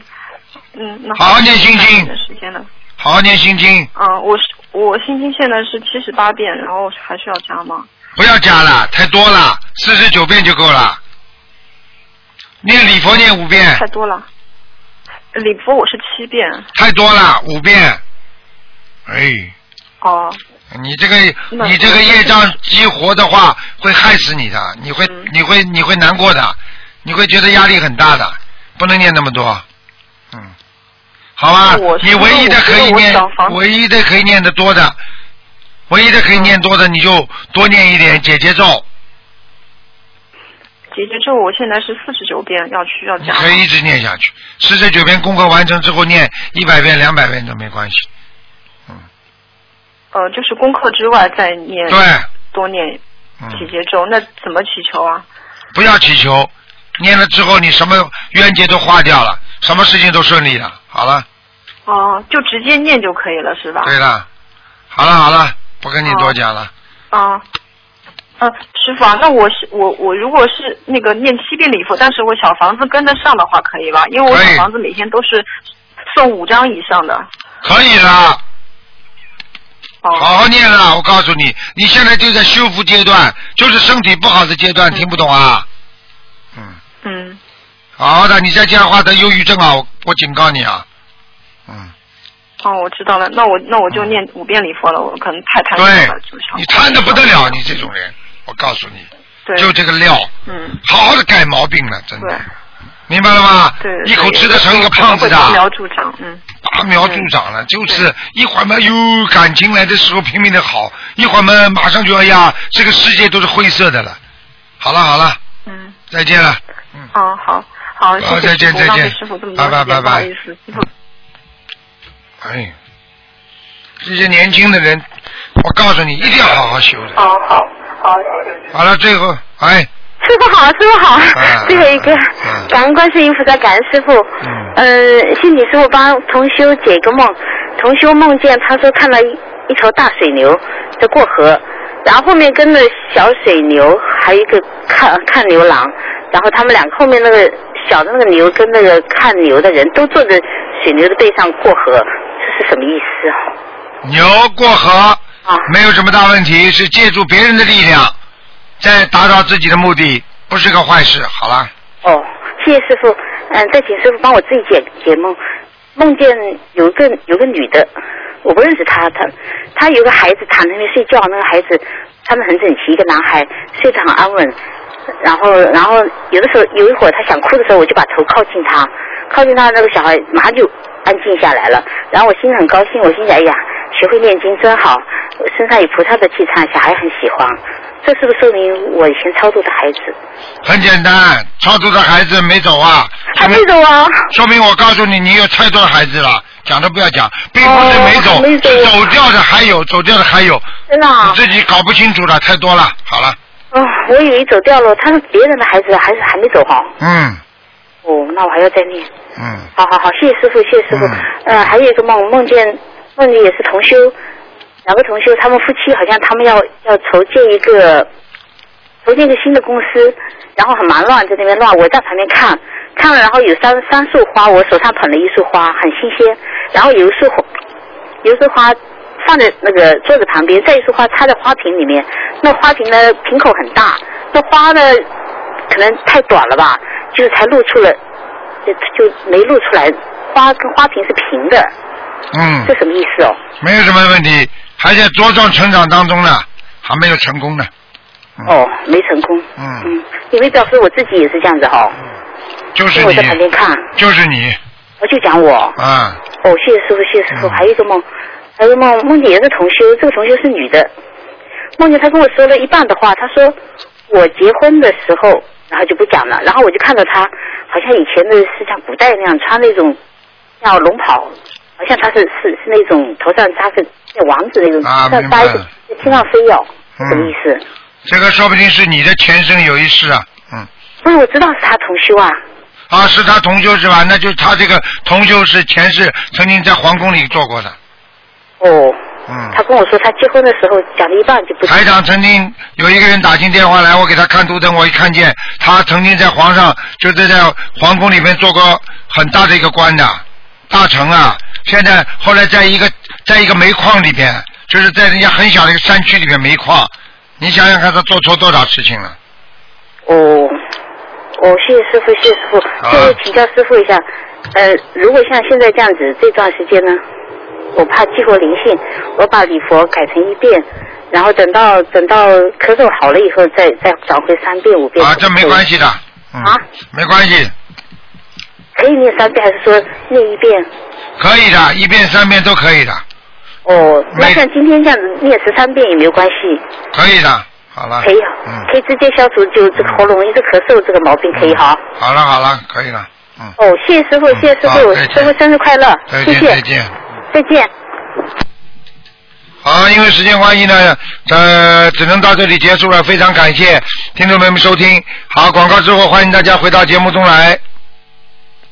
Speaker 9: 嗯，那
Speaker 2: 好好念心经
Speaker 9: 的时间了。
Speaker 2: 好好念心经，
Speaker 9: 嗯，我是我心经现在是七十八遍，然后还需要加吗？
Speaker 2: 不要加了，太多了，四十九遍就够了。念礼佛念五遍
Speaker 9: 太，多了。礼佛我是七遍，
Speaker 2: 太多了，五遍。哎，
Speaker 9: 哦，
Speaker 2: 你这个
Speaker 9: 那
Speaker 2: 你这个业障激活的话，会害死你的，你会
Speaker 9: 嗯
Speaker 2: 你会你会难过的，你会觉得压力很大的，不能念那么多。嗯，好吧
Speaker 9: 那我，
Speaker 2: 你唯一的可以念
Speaker 9: 那我觉得我找，房
Speaker 2: 唯一的可以念的多的，唯一的可以念多的，你就多念一点解结咒，
Speaker 9: 解决咒我现在是四十九遍，要需要
Speaker 2: 你
Speaker 9: 加吗。
Speaker 2: 可以一直念下去。四十九遍功课完成之后，念一百遍、两百遍都没关系。
Speaker 9: 呃，就是功课之外再念，
Speaker 2: 对，
Speaker 9: 多念
Speaker 2: 嗯
Speaker 9: 几节咒，那怎么祈求啊？
Speaker 2: 不要祈求，念了之后你什么冤结都化掉了，什么事情都顺利了。好了。
Speaker 9: 哦、就直接念就可以了，是吧？
Speaker 2: 对了，好了好了，不跟你多讲了。
Speaker 9: 啊、嗯，师傅啊，那我是我我如果是那个念七遍礼佛，但是我小房子跟得上的话，可以吧？因为我小房子每天都是送五张以上的。
Speaker 2: 可以啦。好好念啦！我告诉你，你现在就在修复阶段，就是身体不好的阶段，听不懂啊？
Speaker 9: 嗯，
Speaker 2: 好的，你再这样的话得忧郁症啊！我我警告你啊！
Speaker 9: 哦，我知道了，那我那我
Speaker 2: 嗯
Speaker 9: 就念五遍礼佛了，我可能太贪心了，就想
Speaker 2: 你贪的不得了，你这种人，我告诉你，
Speaker 9: 对
Speaker 2: 就这个料，
Speaker 9: 嗯，
Speaker 2: 好好的改毛病了，真的
Speaker 9: 对，
Speaker 2: 明白了吗？
Speaker 9: 对，
Speaker 2: 一口吃的成一个
Speaker 9: 我可能
Speaker 2: 胖子
Speaker 9: 会
Speaker 2: 的，
Speaker 9: 拔苗助长，嗯，
Speaker 2: 拔苗助长了，就是一会儿嘛有感情来的时候拼命的好，一会儿嘛马上就要呀，这个世界都是灰色的了。好了好了，
Speaker 9: 嗯，
Speaker 2: 再见了，
Speaker 9: 哦，好好，谢
Speaker 2: 好
Speaker 9: 谢
Speaker 2: 再见
Speaker 9: 师傅
Speaker 2: 再见
Speaker 9: 浪费师傅这么多时
Speaker 2: 拜拜拜
Speaker 9: 间，
Speaker 2: 拜
Speaker 9: 不好意思，师傅
Speaker 2: 哎，这些年轻的人，我告诉你，一定要好好修的。好好好，好了，最后，哎，
Speaker 12: 师傅好，师傅好，
Speaker 2: 嗯
Speaker 12: 最后一个，感恩观世音菩萨，感恩师傅。
Speaker 2: 嗯
Speaker 12: 呃，心理师傅帮同修解一个梦，同修梦见他说看到一一头大水牛在过河，然后后面跟着小水牛，还有一个看看牛郎，然后他们两个后面那个小的那个牛跟那个看牛的人都坐在水牛的背上过河，这是什么意思啊？
Speaker 2: 牛过河没有什么大问题，是借助别人的力量，在达到自己的目的，不是个坏事。好了，
Speaker 12: 哦，谢谢师傅。嗯，再请师傅帮我自己解解梦。梦见有一个有个女的，我不认识她，她她有个孩子躺在那边睡觉，那个孩子他们很整齐，一个男孩睡得很安稳。然后然后有的时候有一会儿他想哭的时候，我就把头靠近他，靠近他那个小孩马上就安静下来了。然后我心里很高兴，我心想哎呀，学会念经真好，身上有菩萨的气场，小孩很喜欢。这是不是说明我以前超度的孩子？
Speaker 2: 很简单，超度的孩子没走啊，还没
Speaker 12: 走啊，
Speaker 2: 说明我告诉你，你有太多的孩子了，讲都不要讲，并不是没走，是走掉的还有，走掉的还有，
Speaker 12: 真的啊
Speaker 2: 你自己搞不清楚了，太多了。好了，
Speaker 12: 哦，我以为走掉了，他是别人的孩子，还是还没走哈、
Speaker 2: 嗯
Speaker 12: 哦，那我还要再念。
Speaker 2: 嗯。
Speaker 12: 好好好，谢谢师傅，谢谢师傅。呃，还有一个梦，梦见梦里也是同修，两个同修，他们夫妻好像他们要要筹建一个筹建一个新的公司，然后很忙乱，在那边乱。我在旁边看，看了，然后有三三束花，我手上捧了一束花，很新鲜。然后有一束花，有一束花放在那个桌子旁边，再一束花插在花瓶里面。那花瓶的瓶口很大，那花呢可能太短了吧，就是才露出了，就就没露出来。花跟花瓶是平的，
Speaker 2: 嗯，
Speaker 12: 这什么意思哦？
Speaker 2: 没有什么问题，还在茁壮成长当中呢，还没有成功呢。
Speaker 12: 哦，没成功。
Speaker 2: 嗯
Speaker 12: 嗯，因为表示我自己也是这样子哈、哦。
Speaker 2: 就是
Speaker 12: 因为我在旁边
Speaker 2: 你，
Speaker 12: 看，
Speaker 2: 就是你，
Speaker 12: 我就讲我。
Speaker 2: 啊，
Speaker 12: 哦，谢谢师傅，谢谢师
Speaker 2: 嗯
Speaker 12: 傅。还有一个梦，还有一个梦，梦见也是同修，这个同修是女的，梦见她跟我说了一半的话，她说我结婚的时候，然后就不讲了，然后我就看到她好像以前的是像古代那样穿那种像龙袍，好像她是是是那种头上扎个像王子那种，
Speaker 2: 啊
Speaker 12: 像扎一
Speaker 2: 明
Speaker 12: 个
Speaker 2: 白
Speaker 12: 在天上飞哦，
Speaker 2: 嗯
Speaker 12: 什么意思？
Speaker 2: 这个说不定是你的前生有一世啊，嗯，
Speaker 12: 不是，我知道是她同修啊。
Speaker 2: 啊，是他同修是吧？那就是他这个同修是前世曾经在皇宫里做过的，
Speaker 12: 哦，
Speaker 2: 嗯，
Speaker 12: 她跟我说她结婚的时候讲了一半就不
Speaker 2: 台长曾经有一个人打进电话来，我给他看图腾，我一看见他曾经在皇上就是在皇宫里面做过很大的一个官的大臣啊。现在后来在一个在一个煤矿里边，就是在人家很小的一个山区里面煤矿，你想想看他做错多少事情了？
Speaker 12: 哦，哦，谢谢师傅，谢谢师傅。
Speaker 2: 啊
Speaker 12: 就是请教师傅一下，呃，如果像现在这样子，这段时间呢，我怕激活灵性，我把礼佛改成一遍，然后等到等到咳嗽好了以后再，再转回三遍五遍。
Speaker 2: 啊，这没关系的，嗯，
Speaker 12: 啊，
Speaker 2: 没关系，
Speaker 12: 可以念三遍，还是说念一遍？
Speaker 2: 可以的，一遍三遍都可以的，
Speaker 12: 哦，那像今天这样子念十三遍也没有关系，
Speaker 2: 可以的，好了，
Speaker 12: 可以，啊
Speaker 2: 嗯
Speaker 12: 可以直接消除就这个喉咙一直咳嗽这个毛病，可以哈。
Speaker 2: 好了好了，可以 了，
Speaker 12: 哦，谢谢师傅，谢谢师
Speaker 2: 嗯好
Speaker 12: 傅，
Speaker 2: 再见
Speaker 12: 师傅生日快乐，
Speaker 2: 再
Speaker 12: 谢
Speaker 2: 见
Speaker 12: 谢，
Speaker 2: 再见。
Speaker 12: 再见。
Speaker 2: 好，因为时间关系呢，呃，只能到这里结束了。非常感谢听众朋友们收听。好，广告之后欢迎大家回到节目中来。